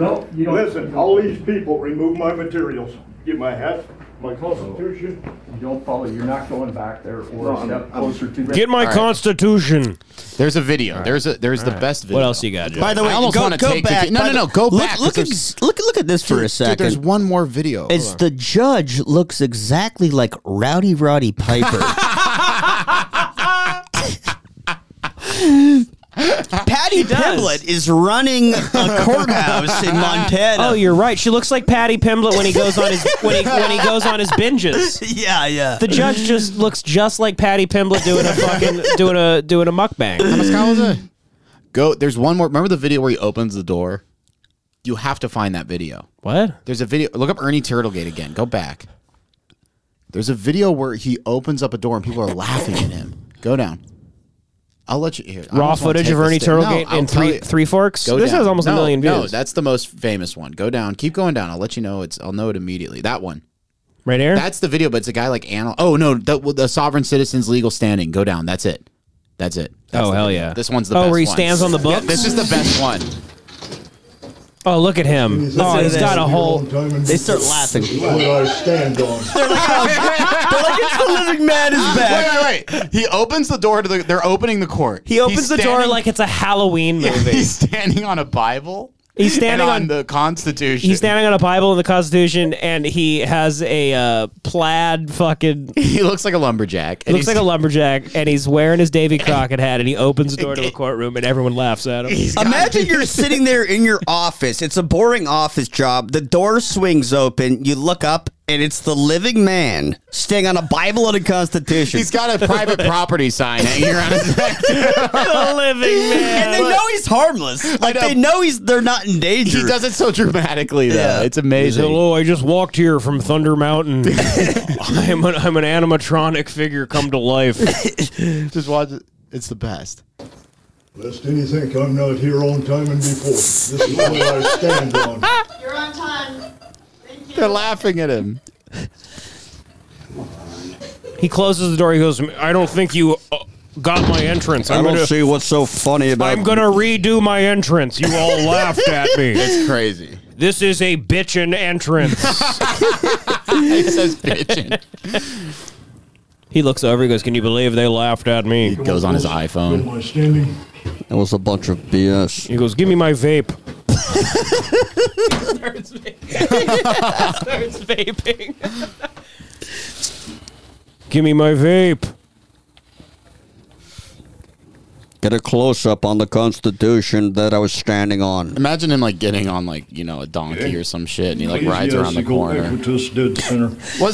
Speaker 9: listen, all these people, remove my materials. Get my hat, my constitution.
Speaker 19: You don't follow, you're not going back there or a step closer to.
Speaker 3: Get my
Speaker 4: All right.
Speaker 3: constitution.
Speaker 4: There's a video. There's a there's the best video.
Speaker 3: What else you got? Joe?
Speaker 5: By the way,
Speaker 4: I almost
Speaker 5: go,
Speaker 4: wanna
Speaker 5: go
Speaker 4: take the
Speaker 5: back.
Speaker 4: kid- no,
Speaker 5: By
Speaker 4: no,
Speaker 5: the-
Speaker 4: no, go
Speaker 5: look,
Speaker 4: back, 'cause
Speaker 5: Look,
Speaker 4: there's-
Speaker 5: ex- look, look at this for a
Speaker 4: Dude,
Speaker 5: second.
Speaker 4: there's one more video.
Speaker 5: It's the judge looks exactly like Rowdy Roddy Piper. Patty Pimblett is running a courthouse in Montana.
Speaker 3: Oh, you're right. She looks like Patty Pimblett when he goes on his when he when he goes on his binges.
Speaker 5: yeah, yeah.
Speaker 3: The judge just looks just like Patty Pimblett doing a fucking doing a doing a mukbang.
Speaker 4: Go. There's one more. Remember the video where he opens the door? You have to find that video.
Speaker 3: What?
Speaker 4: There's a video. Look up Ernie Turtlegate again. Go back. There's a video where he opens up a door and people are laughing at him. Go down. I'll let you hear. I
Speaker 3: Raw
Speaker 4: almost wanna
Speaker 3: footage
Speaker 4: take
Speaker 3: of
Speaker 4: this
Speaker 3: Ernie
Speaker 4: thing. No,
Speaker 3: Turtlegate
Speaker 4: I'll
Speaker 3: in
Speaker 4: tell
Speaker 3: three
Speaker 4: you.
Speaker 3: three forks.
Speaker 4: Go
Speaker 3: this
Speaker 4: down.
Speaker 3: has almost
Speaker 4: No,
Speaker 3: a million views.
Speaker 4: No, that's the most famous one. Go down. Keep going down. I'll let you know. It's. I'll know it immediately. That one.
Speaker 3: right here.
Speaker 4: That's the video, but it's a guy like Anna. Oh no, the, well, the sovereign citizen's legal standing. Go down. That's it. That's it. That's
Speaker 3: oh
Speaker 4: the
Speaker 3: hell
Speaker 4: video.
Speaker 3: yeah!
Speaker 4: This one's the
Speaker 3: oh,
Speaker 4: best
Speaker 3: where he
Speaker 4: one.
Speaker 3: stands on the
Speaker 4: Yeah,
Speaker 3: books.
Speaker 4: this is the best one.
Speaker 3: oh, look at him. oh,
Speaker 5: to
Speaker 3: he's
Speaker 5: this.
Speaker 3: got a whole.
Speaker 5: They start laughing.
Speaker 9: What I stand on.
Speaker 5: They're like, it's the living man is back.
Speaker 4: Wait, wait, wait. He opens the door to the. They're opening the court.
Speaker 3: He opens the door
Speaker 4: standing-
Speaker 3: like it's a Halloween
Speaker 4: Yeah,
Speaker 3: movie.
Speaker 4: he's standing on a Bible.
Speaker 3: He's standing
Speaker 4: and
Speaker 3: on-
Speaker 4: the Constitution.
Speaker 3: He's standing on a Bible in the Constitution, and he has a uh, plaid fucking
Speaker 4: He looks like a lumberjack. and
Speaker 3: looks
Speaker 4: he's-
Speaker 3: like a lumberjack, and he's wearing his Davy Crockett hat, and he opens the door to a courtroom, and everyone laughs at him.
Speaker 4: he's got-
Speaker 5: Imagine you're sitting there in your office. It's a boring office job. The door swings open. You look up, and it's the living man staying on a Bible and a Constitution.
Speaker 4: He's got a private property sign hanging around his neck.
Speaker 3: a living man.
Speaker 5: and they know he's harmless. Like
Speaker 4: know.
Speaker 5: they know he's they're not in danger.
Speaker 4: He does it so dramatically, though.
Speaker 5: Yeah.
Speaker 4: It's amazing.
Speaker 3: Hello, I just walked here from Thunder Mountain. I'm an, I'm an animatronic figure come to life.
Speaker 4: Just watch it. It's the best.
Speaker 9: Lest any think I'm not here on time and before. This is what I stand on.
Speaker 10: You're on time. Thank you.
Speaker 4: They're laughing at him.
Speaker 3: He closes the door. He goes, I don't think you uh, got my entrance. I'm gonna,
Speaker 5: what's so funny about.
Speaker 3: I'm gonna redo my entrance. You all laughed at me.
Speaker 4: It's crazy.
Speaker 3: This is a bitchin' entrance.
Speaker 4: He says bitching.
Speaker 3: he looks over. He goes, Can you believe they laughed at me?
Speaker 4: Goes on his iPhone.
Speaker 9: Am I standing?
Speaker 5: That was a bunch of BS.
Speaker 3: He goes, Give me my vape.
Speaker 2: Starts vaping.
Speaker 3: Give me my vape.
Speaker 5: Get a close up on the Constitution that I was standing on.
Speaker 4: Imagine him like getting on like you know a donkey or some shit, and he like rides around the corner. What is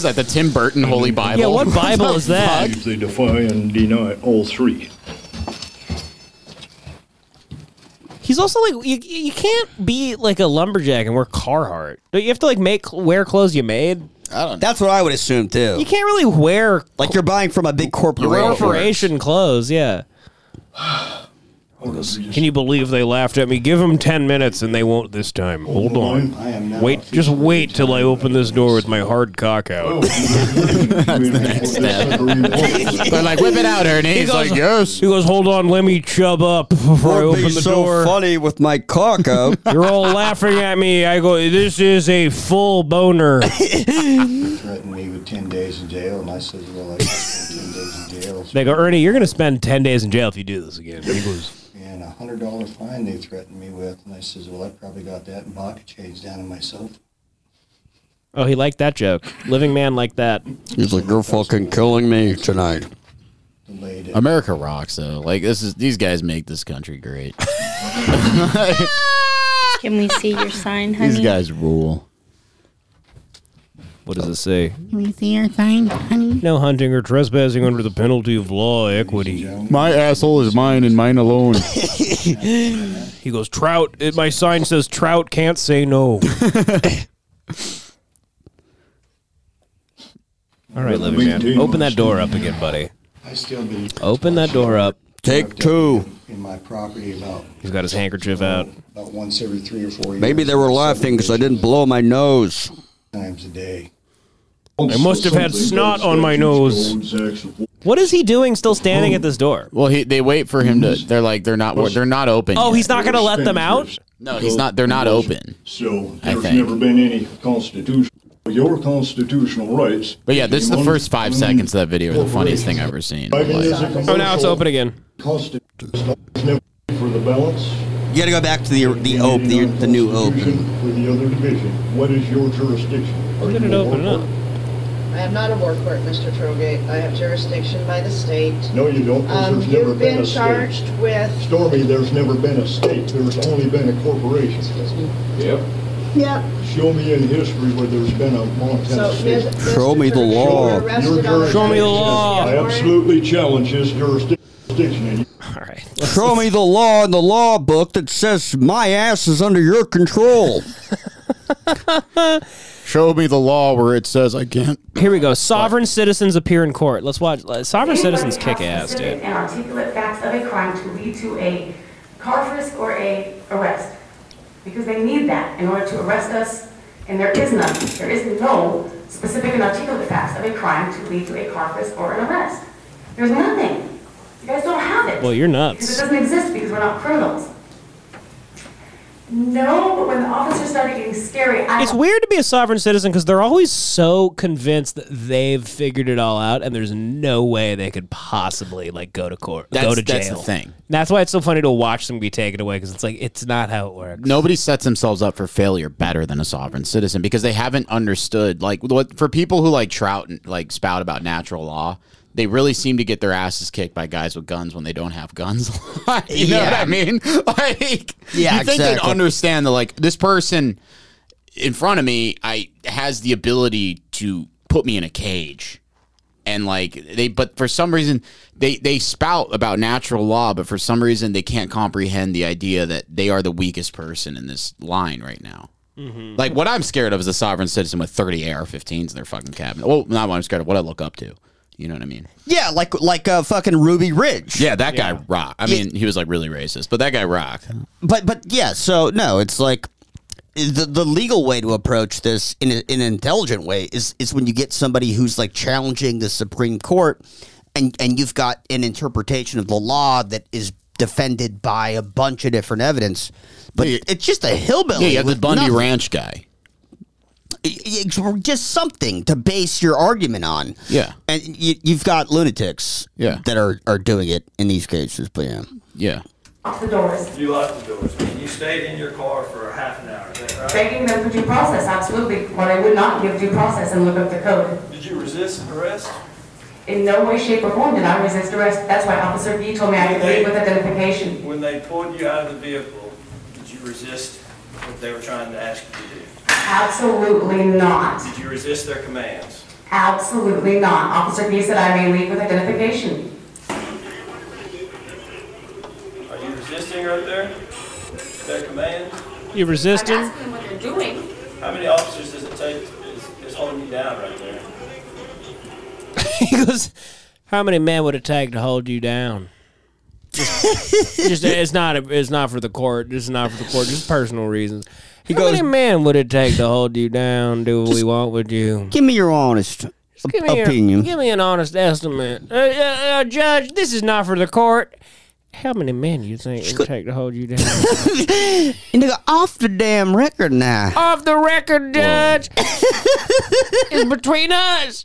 Speaker 4: that? The Tim Burton Holy Bible? The fuck?
Speaker 20: They defy and deny all three.
Speaker 3: He's also like you, you can't be like a lumberjack and wear Carhartt. Don't you have to like make wear clothes you made?
Speaker 4: I don't.
Speaker 5: That's what I would assume too.
Speaker 3: You can't really wear
Speaker 5: like you're buying from a big corporation.
Speaker 3: corporation clothes. Yeah. Can you believe they laughed at me? Give them ten minutes and they won't this time. Hold on. Wait, just wait till I open this door with my hard cock out.
Speaker 4: That's the next step. They're like, whip it out, Ernie.
Speaker 3: He
Speaker 4: He's
Speaker 3: goes-
Speaker 4: like, yes.
Speaker 3: He goes, hold on, let me chub up before I
Speaker 5: Would be
Speaker 3: open the
Speaker 5: so
Speaker 3: door.
Speaker 5: funny with my cock out.
Speaker 3: You're all laughing at me. I go, this is a full boner.
Speaker 21: Threatened me with 10 days in jail, and I said, well, I got 10 days in jail.
Speaker 3: They go, Ernie, you're going to spend 10 days in jail if you do this again. He goes,
Speaker 21: And a hundred dollar fine they threatened me with, and I says, well, I probably got that in pocket change down in myself.
Speaker 3: oh, he liked that joke. Living man like that.
Speaker 5: He's like, you're fucking killing me tonight.
Speaker 4: America rocks though. Like this is these guys make this country great.
Speaker 22: Can we see your sign, honey?
Speaker 4: these guys rule.
Speaker 3: What does it say?
Speaker 22: Can we see your sign, honey?
Speaker 3: No hunting or trespassing under the penalty of law, equity.
Speaker 4: My asshole is mine and mine alone.
Speaker 3: he goes, Trout. It, my sign says, Trout can't say no. All right, living man. Open that door up again, buddy.
Speaker 21: I still been
Speaker 3: Open that door up.
Speaker 5: Take two.
Speaker 21: in my property about,
Speaker 3: He's got his handkerchief out.
Speaker 21: about once every three or four years.
Speaker 5: Maybe they were laughing because I didn't blow my nose.
Speaker 21: Times a day.
Speaker 3: I must have had snot on my nose. What is he doing still standing at this door?
Speaker 4: Well, he, they wait for him to. They're like, they're not. They're not open.
Speaker 3: Oh,
Speaker 4: yet.
Speaker 3: he's not going to let them out?
Speaker 4: No, he's not. They're not open.
Speaker 9: So
Speaker 4: I
Speaker 9: there's
Speaker 4: think.
Speaker 9: never been any constitutional your constitutional rights.
Speaker 4: But yeah, this is the first five seconds of that video. Are the funniest thing I've ever seen. in my life.
Speaker 3: Oh, now it's open again.
Speaker 9: Constitutional rights never for the balance
Speaker 5: You got to go back to the the ope, the, the new ope.
Speaker 9: with the other division. What is your jurisdiction? Are
Speaker 3: Get
Speaker 9: you
Speaker 3: it
Speaker 9: a
Speaker 3: open
Speaker 9: lord?
Speaker 3: up.
Speaker 23: I am not a war court, Mr. Trogate. I have jurisdiction by the state.
Speaker 9: No, you don't. 'cause
Speaker 23: Um,
Speaker 9: there's never
Speaker 23: you've been
Speaker 9: a state.
Speaker 23: charged with,
Speaker 9: Stormy, there's never been a state. There's only been a corporation. Yep.
Speaker 23: yep,
Speaker 9: Show me in history where there's been a Montana
Speaker 23: So,
Speaker 9: state.
Speaker 23: Ms- Show
Speaker 5: me the Mr. Kirk, law. you were
Speaker 9: Your
Speaker 23: arrested on the
Speaker 9: jurisdiction.
Speaker 23: Show me the law.
Speaker 9: I absolutely challenge his jurisdiction. and you-
Speaker 5: Show me the law in the law book that says my ass is under your control.
Speaker 4: Show me the law where it says I can't.
Speaker 3: Here we go. Sovereign citizens appear in court. Let's watch. uh, Sovereign citizens kick ass, dude.
Speaker 24: Specific And articulate facts of a crime to lead to a car frisk or a arrest. Because they need that in order to arrest us, and there is none. There is no specific and articulate facts of a crime to lead to a car frisk or an arrest. There's nothing. You guys don't have it.
Speaker 3: Well, you're
Speaker 24: Because
Speaker 3: nuts.
Speaker 24: it doesn't exist because we're not criminals. No, but when the officer started getting scary, I.
Speaker 3: It's weird to be a sovereign citizen because they're always so convinced that they've figured it all out, and there's no way they could possibly like go to court, go
Speaker 4: That's-
Speaker 3: to jail.
Speaker 4: that's the thing.
Speaker 3: That's why it's so funny to watch them be taken away because it's like it's not how it works.
Speaker 4: Nobody sets themselves up for failure better than a sovereign citizen because they haven't understood like what for people who like trout and like spout about natural law. They really seem to get their asses kicked by guys with guns when they don't have guns. you know what
Speaker 11: Yeah.
Speaker 4: I mean? Like,
Speaker 11: Yeah,
Speaker 4: you think they'd
Speaker 11: exactly.
Speaker 4: understand that like this person in front of me, I has the ability to put me in a cage and like they but for some reason they they spout about natural law but for some reason they can't comprehend the idea that they are the weakest person in this line right now
Speaker 11: Mhm.
Speaker 4: like what i'm scared of is a sovereign citizen with 30 ar-15s in their fucking cabinet well not what i'm scared of what i look up to you know what i mean
Speaker 5: Yeah, like like uh, fucking Ruby Ridge.
Speaker 4: yeah that guy rock i mean he was like really racist but that guy rock
Speaker 5: But but yeah, so no, it's like the the legal way to approach this in, a, in an intelligent way is is when you get somebody who's like challenging the Supreme Court, and and you've got an interpretation of the law that is defended by a bunch of different evidence. But it's just a hillbilly.
Speaker 4: yeah you have the
Speaker 5: with
Speaker 4: bundy
Speaker 5: nothing.
Speaker 4: ranch guy
Speaker 5: Y- y- Just something to base your argument on.
Speaker 4: Yeah.
Speaker 5: and you, you've got lunatics.
Speaker 4: Yeah.
Speaker 5: that are are doing it in these cases. But yeah,
Speaker 4: yeah.
Speaker 24: Lock the doors.
Speaker 19: You locked the doors. You stayed in your car for a half an hour, is that right?
Speaker 24: Begging them for due process, absolutely. But I would not give due process and look up the code.
Speaker 19: Did you resist arrest?
Speaker 24: In no way, shape, or form did I resist arrest. That's why Officer B told me I could leave with identification.
Speaker 1: When they pulled you out of the vehicle, did you resist what they were trying to ask you to do?
Speaker 24: Absolutely not.
Speaker 1: Did you resist their commands?
Speaker 24: Absolutely not. Officer B said I may leave with identification.
Speaker 1: Are you resisting right there? Their commands?
Speaker 3: You resisting?
Speaker 24: Asking what they're doing.
Speaker 1: How many officers does it take, is, is holding you down right there?
Speaker 3: he goes, "How many men would it take to hold you down?" Just, just- it's not it's not for the court. This is not for the court. Just personal reasons. He How many men would it take to hold you down? Do what we want with you?
Speaker 5: Give me your honest
Speaker 3: Give me your-
Speaker 5: opinion.
Speaker 3: give me an honest estimate, uh, uh, uh, Judge. This is not for the court. How many men you think it would take to hold you down?
Speaker 5: and they go off the damn record now.
Speaker 3: Off the record, Judge. it's between us.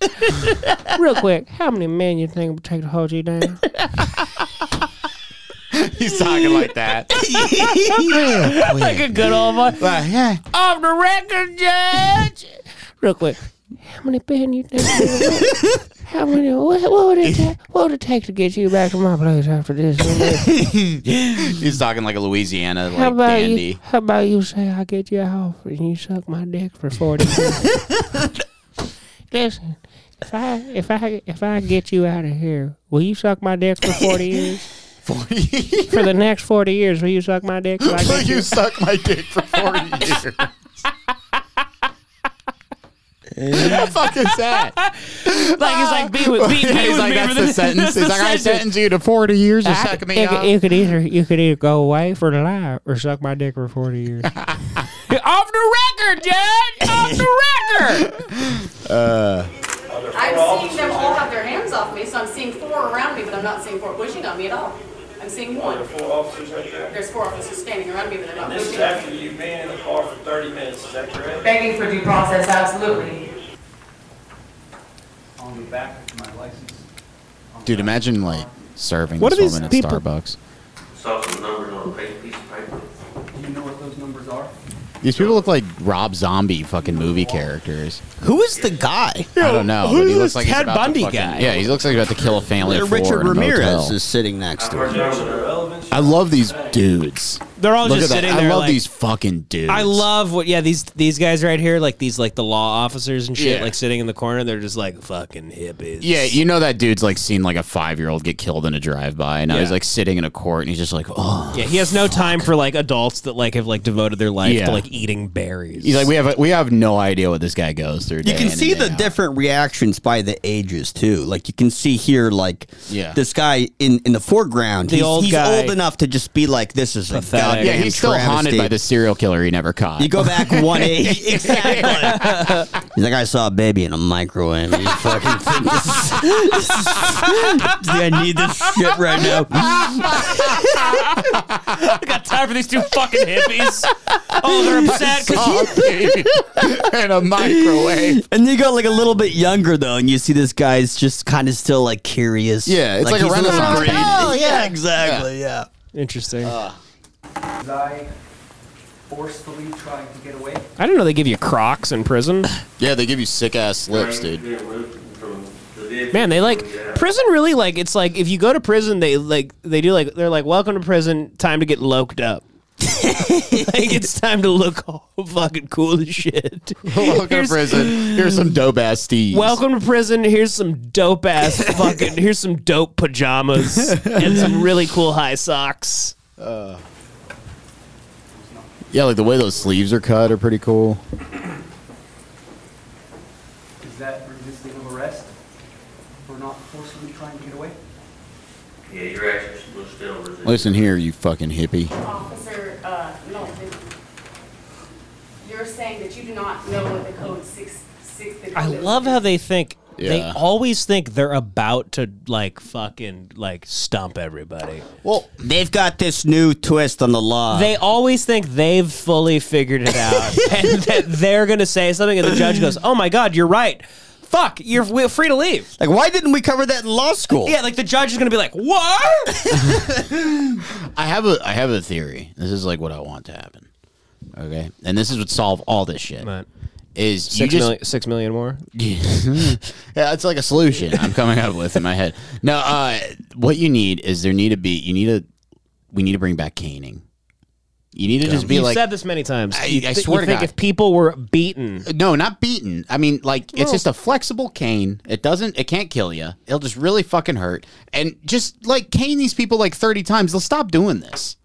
Speaker 3: Real quick, how many men you think it would take to hold you down?
Speaker 4: He's talking like that.
Speaker 3: like a good old boy.
Speaker 5: Um,
Speaker 3: Off the record, Judge. Real quick. How many men you think? How many? What, what would it take? What would it take to get you back to my place after this?
Speaker 4: He's talking like a Louisiana like
Speaker 3: how about
Speaker 4: dandy.
Speaker 3: you? How about you say I get you off and you suck my dick for forty? minutes?" Listen, if I if I if I get you out of here, will you suck my dick for forty years? Forty for the next forty years, will you suck my dick? till I
Speaker 4: Will
Speaker 3: get
Speaker 4: you suck my dick for 40 years? the fuck is that? like
Speaker 3: it's like be with be, be
Speaker 4: He's
Speaker 3: with
Speaker 4: like,
Speaker 3: me
Speaker 4: that's
Speaker 3: for
Speaker 4: the sentence. He's like, I sentence you to 40 years or
Speaker 3: I-
Speaker 4: suck me
Speaker 3: you, could-
Speaker 4: off.
Speaker 3: you could either you could either go away for the life or suck my dick for forty years.
Speaker 4: Off the record, Judge! Off the record!
Speaker 5: Uh,
Speaker 24: I'm seeing them all have their hands off me, so I'm seeing four around me, but I'm not seeing four pushing on me at all. I'm seeing
Speaker 1: Are there
Speaker 24: one.
Speaker 1: four officers right there?
Speaker 24: There's four officers standing around me, but they're not
Speaker 1: And Oh, this is
Speaker 24: pushing on me.
Speaker 1: after you've been in the car for 30 minutes, is that correct?
Speaker 24: Begging for due process, absolutely.
Speaker 8: On the back of my license.
Speaker 4: Dude, imagine like serving
Speaker 8: What
Speaker 4: this
Speaker 8: are these
Speaker 4: woman at
Speaker 8: people-
Speaker 4: Starbucks.
Speaker 1: Saw some numbers on a piece of paper.
Speaker 8: Do you know what those numbers are?
Speaker 4: These people look like Rob Zombie fucking movie characters.
Speaker 5: Who is the guy?
Speaker 4: I don't know.
Speaker 5: Who's
Speaker 4: but he
Speaker 5: this
Speaker 4: looks like he's
Speaker 5: Ted
Speaker 4: about to
Speaker 5: Bundy
Speaker 4: fucking-
Speaker 5: guy?
Speaker 4: Yeah, he looks like he's about to kill a family of four
Speaker 5: Richard
Speaker 4: in a
Speaker 5: Ramirez
Speaker 4: motel.
Speaker 5: is sitting next to him.
Speaker 4: I love these dudes.
Speaker 6: They're all
Speaker 4: Look
Speaker 6: just
Speaker 4: at that.
Speaker 6: sitting
Speaker 4: I
Speaker 6: there,
Speaker 4: love
Speaker 6: like-
Speaker 4: these fucking dudes.
Speaker 6: I love what yeah these these guys right here like these like the law officers and shit
Speaker 4: Yeah.
Speaker 6: like sitting in the corner they're just like fucking hippies.
Speaker 4: Yeah, you know that dude's like seen like a five year old get killed in a drive by, and now he's
Speaker 6: Yeah.
Speaker 4: like sitting in a court, and he's just like, oh.
Speaker 6: Yeah, he has no time for like adults that like have like devoted their life
Speaker 4: Yeah.
Speaker 6: to like eating berries.
Speaker 4: He's like, we have a, we have no idea what this guy goes through.
Speaker 5: You
Speaker 4: day
Speaker 5: can
Speaker 4: in and
Speaker 5: see
Speaker 4: day
Speaker 5: the
Speaker 4: out.
Speaker 5: different reactions by the ages too. Like you can see here, like
Speaker 4: Yeah.
Speaker 5: this guy in, in the foreground.
Speaker 4: The
Speaker 5: he's
Speaker 4: old
Speaker 5: he's
Speaker 4: guy-
Speaker 5: old enough to just be like, "This is a goddamn
Speaker 4: yeah, he's still haunted
Speaker 5: travesty.
Speaker 4: by the serial killer he never caught.
Speaker 5: You go back one age, exactly. he's like, "I saw a baby in a microwave." You fucking think this is- I need this shit right now.
Speaker 6: I got time for these two fucking hippies. Oh, they're upset
Speaker 4: saw a baby Oh, in a microwave.
Speaker 5: And you got like a little bit younger though, and you see this guy's just kind of still like curious.
Speaker 4: Yeah, it's like a
Speaker 5: he's little
Speaker 4: Renaissance
Speaker 5: greedy.
Speaker 4: painting.
Speaker 5: Oh yeah,
Speaker 4: Yeah.
Speaker 5: exactly. Yeah.
Speaker 6: Interesting.
Speaker 4: Uh.
Speaker 8: Was I forcefully trying to get away?
Speaker 3: I didn't know they give you Crocs in prison.
Speaker 4: Yeah, they give you sick ass slips, dude.
Speaker 3: Man, they like prison. Really, like it's like if you go to prison, they like they do like they're like welcome to prison. Time to get loked up. like it's time to look all fucking cool as shit.
Speaker 4: Welcome to
Speaker 3: Here's-
Speaker 4: prison. Here's some dope ass Steve.
Speaker 3: Welcome to prison. Here's some dope ass fucking. Here's some dope pajamas and some really cool high socks.
Speaker 4: Yeah, like the way those sleeves are cut are pretty cool.
Speaker 8: Is that resisting of arrest? For not forcibly trying to get away?
Speaker 1: Yeah, your actions were still resisting.
Speaker 4: Listen here, you fucking hippie.
Speaker 24: Officer, uh, no, then you're saying that you do not know what the code six, six. the
Speaker 6: I
Speaker 24: code is.
Speaker 6: love how they think they
Speaker 4: Yeah.
Speaker 6: always think they're about to like fucking like stump everybody.
Speaker 4: Well,
Speaker 5: they've got this new twist on the law.
Speaker 6: They always think they've fully figured it out and that they're going to say something and the judge goes, "Oh my god, you're right. Fuck, you're we're free to leave."
Speaker 5: like, why didn't we cover that in law school?
Speaker 6: Yeah, like the judge is going to be like, "What?"
Speaker 4: I have a I have a theory. This is like what I want to happen. Okay, and this is what solve all this shit. is you
Speaker 3: Six
Speaker 4: just
Speaker 3: million- six million more.
Speaker 4: yeah, it's like a solution I'm coming up with in my head. No, uh, what you need is there need to be you need to we need to bring back caning. You need to just be
Speaker 3: You've
Speaker 4: like
Speaker 3: said this many times.
Speaker 4: I,
Speaker 3: You
Speaker 4: I
Speaker 3: thi- you
Speaker 4: swear to
Speaker 3: think
Speaker 4: God.
Speaker 3: if people were beaten,
Speaker 4: no, not beaten. I mean, like it's
Speaker 3: No.
Speaker 4: just a flexible cane. It doesn't. It can't kill you. It'll just really fucking hurt. And just like cane these people like thirty times, they'll stop doing this.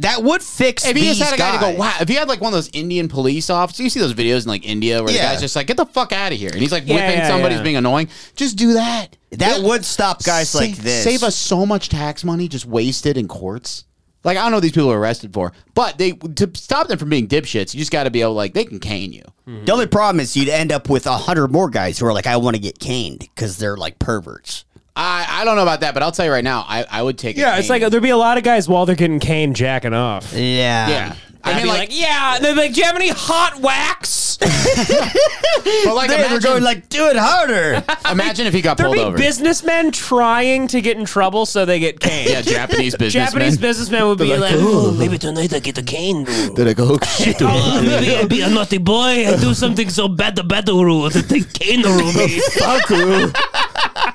Speaker 5: That would fix
Speaker 4: If you just
Speaker 5: these
Speaker 4: had a guy to
Speaker 5: guys.
Speaker 4: go, wow! If you had like one of those Indian police officers, you see those videos in like India where
Speaker 5: Yeah.
Speaker 4: the guy's just like, "Get the fuck out of here," and he's like
Speaker 5: Yeah,
Speaker 4: whipping
Speaker 5: yeah,
Speaker 4: somebody
Speaker 5: yeah.
Speaker 4: who's being annoying. Just do that.
Speaker 5: That would stop guys
Speaker 4: Save-
Speaker 5: like this.
Speaker 4: Save us so much tax money just wasted in courts. Like I don't know what these people are arrested for, but they to stop them from being dipshits, you just got to be able like they can cane you.
Speaker 5: The only problem is you'd end up with a hundred more guys who are like, I want to get caned because they're like perverts.
Speaker 4: I, I don't know about that, but I'll tell you right now, I, I would take.
Speaker 3: yeah,
Speaker 4: a
Speaker 3: it's
Speaker 4: cane.
Speaker 3: like there'd be a lot of guys while they're getting cane jacking off.
Speaker 5: Yeah,
Speaker 4: yeah.
Speaker 3: I mean, like, yeah, and they're like, do you have any hot wax?
Speaker 4: but like,
Speaker 5: they were going like, do it harder.
Speaker 4: imagine if he got
Speaker 3: There'd
Speaker 4: pulled
Speaker 3: be
Speaker 4: over.
Speaker 3: businessmen trying to get in trouble so they get cane.
Speaker 4: Yeah, Japanese businessmen.
Speaker 3: Japanese businessmen would be
Speaker 4: They're
Speaker 3: like,
Speaker 4: like,
Speaker 3: oh, maybe tonight I get a cane. bro."
Speaker 4: They're like, oh shit.
Speaker 3: Oh, maybe I'll be a naughty boy. I do something so bad the battle rule that they cane the roomie.
Speaker 5: Fuck you.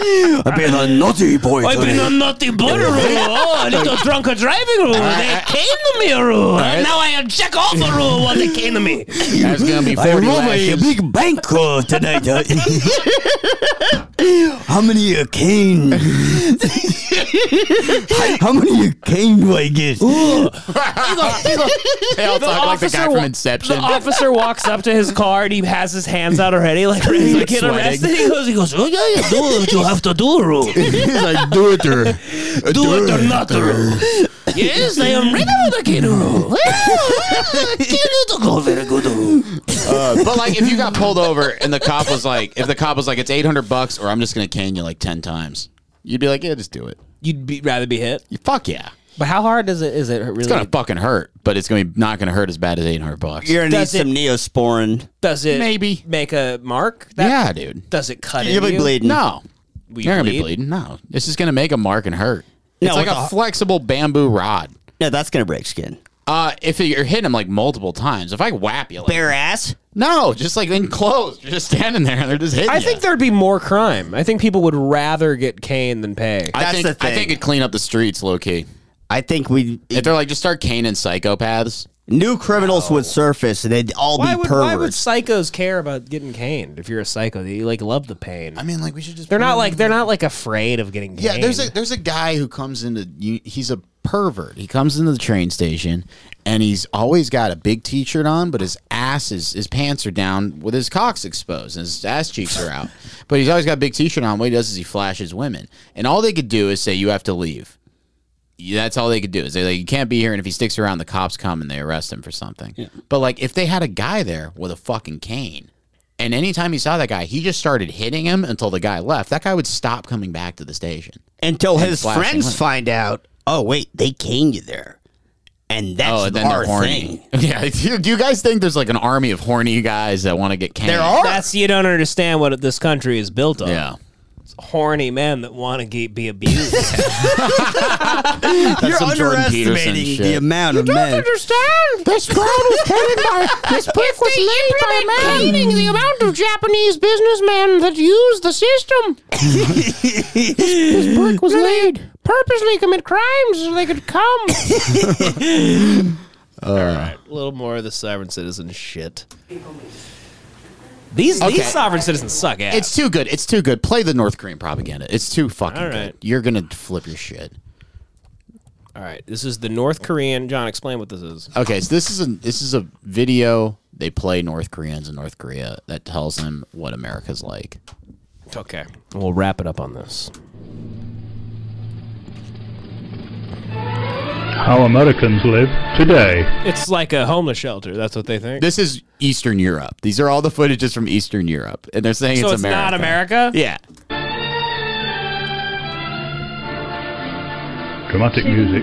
Speaker 5: I've been a naughty boy.
Speaker 3: I've been a naughty boy rule. Oh, a little drunker driving rule. They cane to me rule.
Speaker 4: Alright.
Speaker 3: Now I check off a rule while they cane to me.
Speaker 4: That's gonna be
Speaker 5: I
Speaker 4: forty
Speaker 5: robbed a
Speaker 4: lashes.
Speaker 5: big bank uh, tonight. uh, How many a cane? How many a cane do I get?
Speaker 4: they all talk like the guy
Speaker 3: officer
Speaker 4: from
Speaker 3: wa-
Speaker 4: Inception.
Speaker 3: The officer walks up to his car and he has his hands out already, like ready to
Speaker 4: like,
Speaker 3: get
Speaker 4: sweating.
Speaker 3: arrested. He goes, he goes, oh yeah, yeah, do what you have to do, Roo.
Speaker 4: He's like, do it or
Speaker 3: Do, it or not, Roo. yes, I am ready for the kid, Roo. Kid, go very good, Roo.
Speaker 4: but like, if you got pulled over and the cop was like, if the cop was like, it's eight hundred bucks, or I'm just gonna cane you like ten times, you'd be like, yeah, just do it.
Speaker 3: You'd be, rather be hit.
Speaker 4: You, fuck yeah,
Speaker 3: But how hard is it? Is it really?
Speaker 4: it's gonna fucking hurt, but it's gonna be not gonna hurt as bad as eight hundred bucks.
Speaker 5: You're gonna need
Speaker 3: Does it-
Speaker 5: some neosporin.
Speaker 3: does it
Speaker 4: Maybe.
Speaker 3: make a mark? That,
Speaker 4: yeah, dude.
Speaker 3: Does it cut?
Speaker 5: You'll
Speaker 3: into
Speaker 5: be
Speaker 3: you?
Speaker 5: bleeding.
Speaker 4: No,
Speaker 3: Will you
Speaker 4: you're gonna be
Speaker 3: bleed?
Speaker 4: bleeding. No, this is gonna make a mark and hurt.
Speaker 5: No,
Speaker 4: It's like
Speaker 5: with
Speaker 4: a
Speaker 5: the-
Speaker 4: flexible bamboo rod.
Speaker 5: No, that's gonna break skin.
Speaker 4: Uh, if you're hitting him like multiple times, if I whap you, like,
Speaker 5: Bare ass.
Speaker 4: no, just like enclosed, you're just standing there and they're just hitting.
Speaker 3: I
Speaker 4: you.
Speaker 3: think there'd be more crime. I think people would rather get cane than pay.
Speaker 4: I
Speaker 5: That's
Speaker 4: think,
Speaker 5: the
Speaker 4: I
Speaker 5: thing.
Speaker 4: think it'd clean up the streets, low key.
Speaker 5: I think we
Speaker 4: If they're like, just start caning psychopaths.
Speaker 5: new criminals would surface and they'd all
Speaker 3: Why
Speaker 5: be
Speaker 3: would, why would
Speaker 5: perverts.
Speaker 3: psychos care about getting caned? If you're a psycho, you like love the pain.
Speaker 4: I mean, like we should just.
Speaker 3: They're not like they're not like afraid of getting.
Speaker 4: Yeah, there's a
Speaker 3: caned.
Speaker 4: there's a guy who comes into you- he's a pervert. He comes into the train station and he's always got a big t-shirt on, but his ass is his pants are down with his cocks exposed and his ass cheeks are out. But he's always got a big t-shirt on. What he does is he flashes women, and all they could do is say you have to leave. Yeah, That's all they could do is they like you can't be here, and if he sticks around, the cops come and they arrest him for something. But like if they had a guy there with a fucking cane. And anytime he saw that guy, he just started hitting him until the guy left. That guy would stop coming back to the station.
Speaker 5: until his
Speaker 4: flashing
Speaker 5: friends
Speaker 4: lights.
Speaker 5: find out. Oh wait, they caned you there, and that's
Speaker 4: and
Speaker 5: our
Speaker 4: they're
Speaker 5: thing.
Speaker 4: Yeah. Do you, do you guys think there's like an army of horny guys that want to get caned?
Speaker 5: There are.
Speaker 3: That's you don't understand what this country is built on.
Speaker 4: Yeah.
Speaker 3: It's horny men that want to get, be abused.
Speaker 4: That's
Speaker 5: You're
Speaker 4: some Jordan Peterson
Speaker 5: underestimating the
Speaker 4: shit.
Speaker 5: amount of men.
Speaker 3: understand? This crowd was headed by this book was laid by man. the amount of Japanese businessmen that use the system. this, this brick was laid purposely commit crimes so they could come. All right, a little more of the sovereign citizen shit. These
Speaker 4: Okay.
Speaker 3: these sovereign citizens suck ass.
Speaker 4: It's too good. It's too good. Play the North Korean propaganda. It's too fucking
Speaker 3: All right.
Speaker 4: good. You're gonna flip your shit.
Speaker 3: All right, this is the North Korean. John, explain what this is.
Speaker 4: Okay, so this is a this is a video they play North Koreans in North Korea that tells them what America's like.
Speaker 3: Okay, we'll wrap it up on this.
Speaker 20: How Americans live today.
Speaker 3: It's like a homeless shelter. That's what they think.
Speaker 4: This is Eastern Europe. These are all the footages from Eastern Europe, and they're saying
Speaker 3: so
Speaker 4: it's,
Speaker 3: it's, not America.
Speaker 4: Yeah.
Speaker 20: Dramatic music.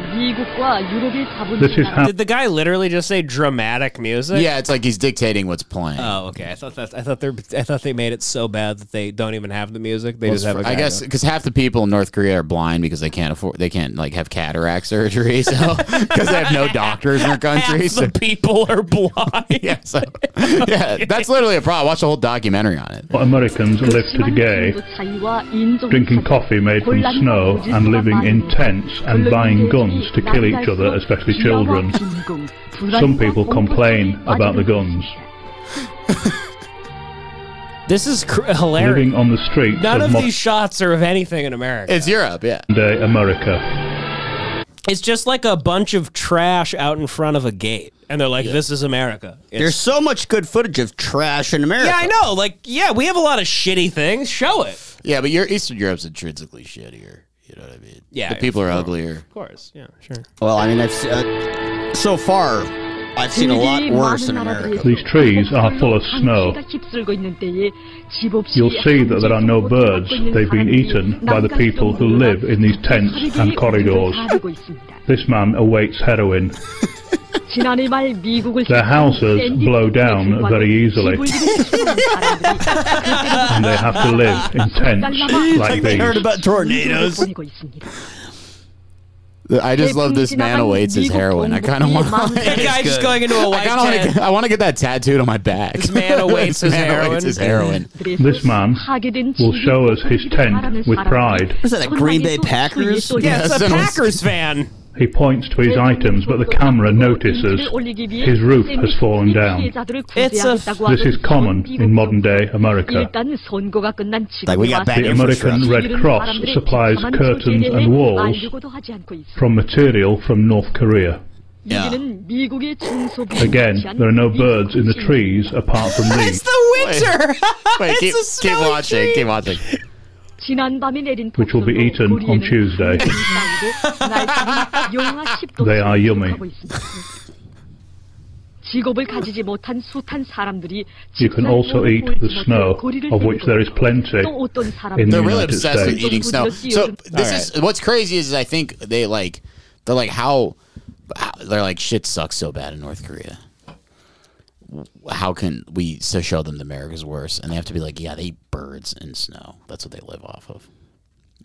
Speaker 3: Did the guy literally just say dramatic music?
Speaker 4: Yeah, it's like he's dictating what's playing.
Speaker 3: Oh, okay. I thought that I thought they I thought they made it so bad that they don't even have the music. They
Speaker 4: Well,
Speaker 3: just
Speaker 4: it's
Speaker 3: have. a
Speaker 4: for- I
Speaker 3: guy
Speaker 4: guess
Speaker 3: doing-
Speaker 4: because half the people in North Korea are blind because they can't afford they can't like have cataract surgery, so because they have no doctors in their country. so-
Speaker 3: people are blind.
Speaker 4: yeah, so, yeah, that's literally a problem. Watch the whole documentary on it.
Speaker 20: What Americans live to the gay. Drinking coffee made from snow and living in tents and buying guns to kill each other, especially children. Some people complain about the guns.
Speaker 3: This is cr- hilarious.
Speaker 20: Living on the streets
Speaker 3: None
Speaker 20: of
Speaker 3: of
Speaker 20: mo-
Speaker 3: these shots are of anything in America.
Speaker 4: It's Europe, yeah.
Speaker 20: day America.
Speaker 3: It's just like a bunch of trash out in front of a gate, and they're like, "This is America." It's-
Speaker 5: There's so much good footage of trash in America.
Speaker 3: yeah, I know. Like, yeah, we have a lot of shitty things. Show it.
Speaker 4: Yeah, but your Eastern Europe's intrinsically shittier. You know what I mean?
Speaker 3: Yeah,
Speaker 4: the people are
Speaker 3: of
Speaker 4: uglier.
Speaker 3: Of course. Yeah, sure.
Speaker 5: Well, I mean, I've se- uh, so far I've seen a lot worse in America.
Speaker 20: These trees are full of snow. You'll see that there are no birds. They've been eaten by the people who live in these tents and corridors. This man awaits heroin. Their houses blow down very easily, and they have to live in tents like
Speaker 5: they heard
Speaker 20: these.
Speaker 5: about tornadoes.
Speaker 4: I just love this man awaits his heroin. I kind of want
Speaker 3: That guy just
Speaker 4: good.
Speaker 3: going into a
Speaker 4: I
Speaker 3: white
Speaker 4: kind of want
Speaker 3: tent.
Speaker 4: to. I want to get that tattooed on my back. This
Speaker 3: man awaits his
Speaker 4: man
Speaker 3: heroin.
Speaker 4: awaits his heroin.
Speaker 20: This man will show us his tent with pride.
Speaker 5: Was that a Green Bay Packers?
Speaker 3: Yeah, it's a
Speaker 20: Yes.
Speaker 3: Packers fan.
Speaker 20: He points to his items, but the camera notices his roof has fallen down.
Speaker 3: It's a.
Speaker 20: This is common in modern day America.
Speaker 5: Like we got bad
Speaker 20: The American
Speaker 5: infrastructure.
Speaker 20: Red Cross supplies curtains and walls from material from North Korea.
Speaker 4: Yeah.
Speaker 20: Again, there are no birds in the trees apart from
Speaker 3: It's
Speaker 20: leaves,
Speaker 3: the winter.
Speaker 4: Wait,
Speaker 3: it's
Speaker 4: keep,
Speaker 3: a
Speaker 4: keep
Speaker 3: snowy
Speaker 4: watching.
Speaker 3: tree.
Speaker 4: Keep watching.
Speaker 20: which will be eaten on Tuesday. They are yummy. You can also eat the snow, of which there is plenty in the
Speaker 4: They're really
Speaker 20: United
Speaker 4: obsessed with eating
Speaker 20: States.
Speaker 4: snow. So this is what's crazy is I think they like they're like how they're like shit sucks so bad in North Korea. How can we so show them that America's worse? And they have to be like, yeah, they eat birds and snow. That's what they live off of.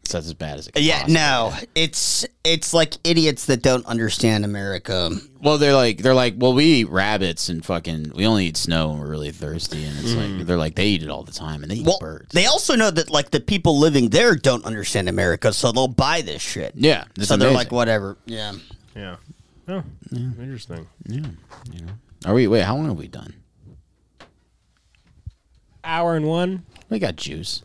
Speaker 4: So that's as bad as it. Can
Speaker 5: Yeah,
Speaker 4: possibly
Speaker 5: no, it's it's like idiots that don't understand America.
Speaker 4: Well, they're like they're like, well, we eat rabbits and fucking we only eat snow when we're really thirsty, and it's like they're like they eat it all the time and they eat
Speaker 5: Mm. Well,
Speaker 4: birds.
Speaker 5: they also know that like the people living there don't understand America, so they'll buy this shit.
Speaker 4: Yeah, it's
Speaker 5: so they're
Speaker 4: amazing.
Speaker 5: like, whatever. Yeah,
Speaker 3: Yeah. Oh, interesting.
Speaker 4: Yeah, you know. Are we? Wait, how long have we done?
Speaker 3: Hour and one.
Speaker 4: We got juice.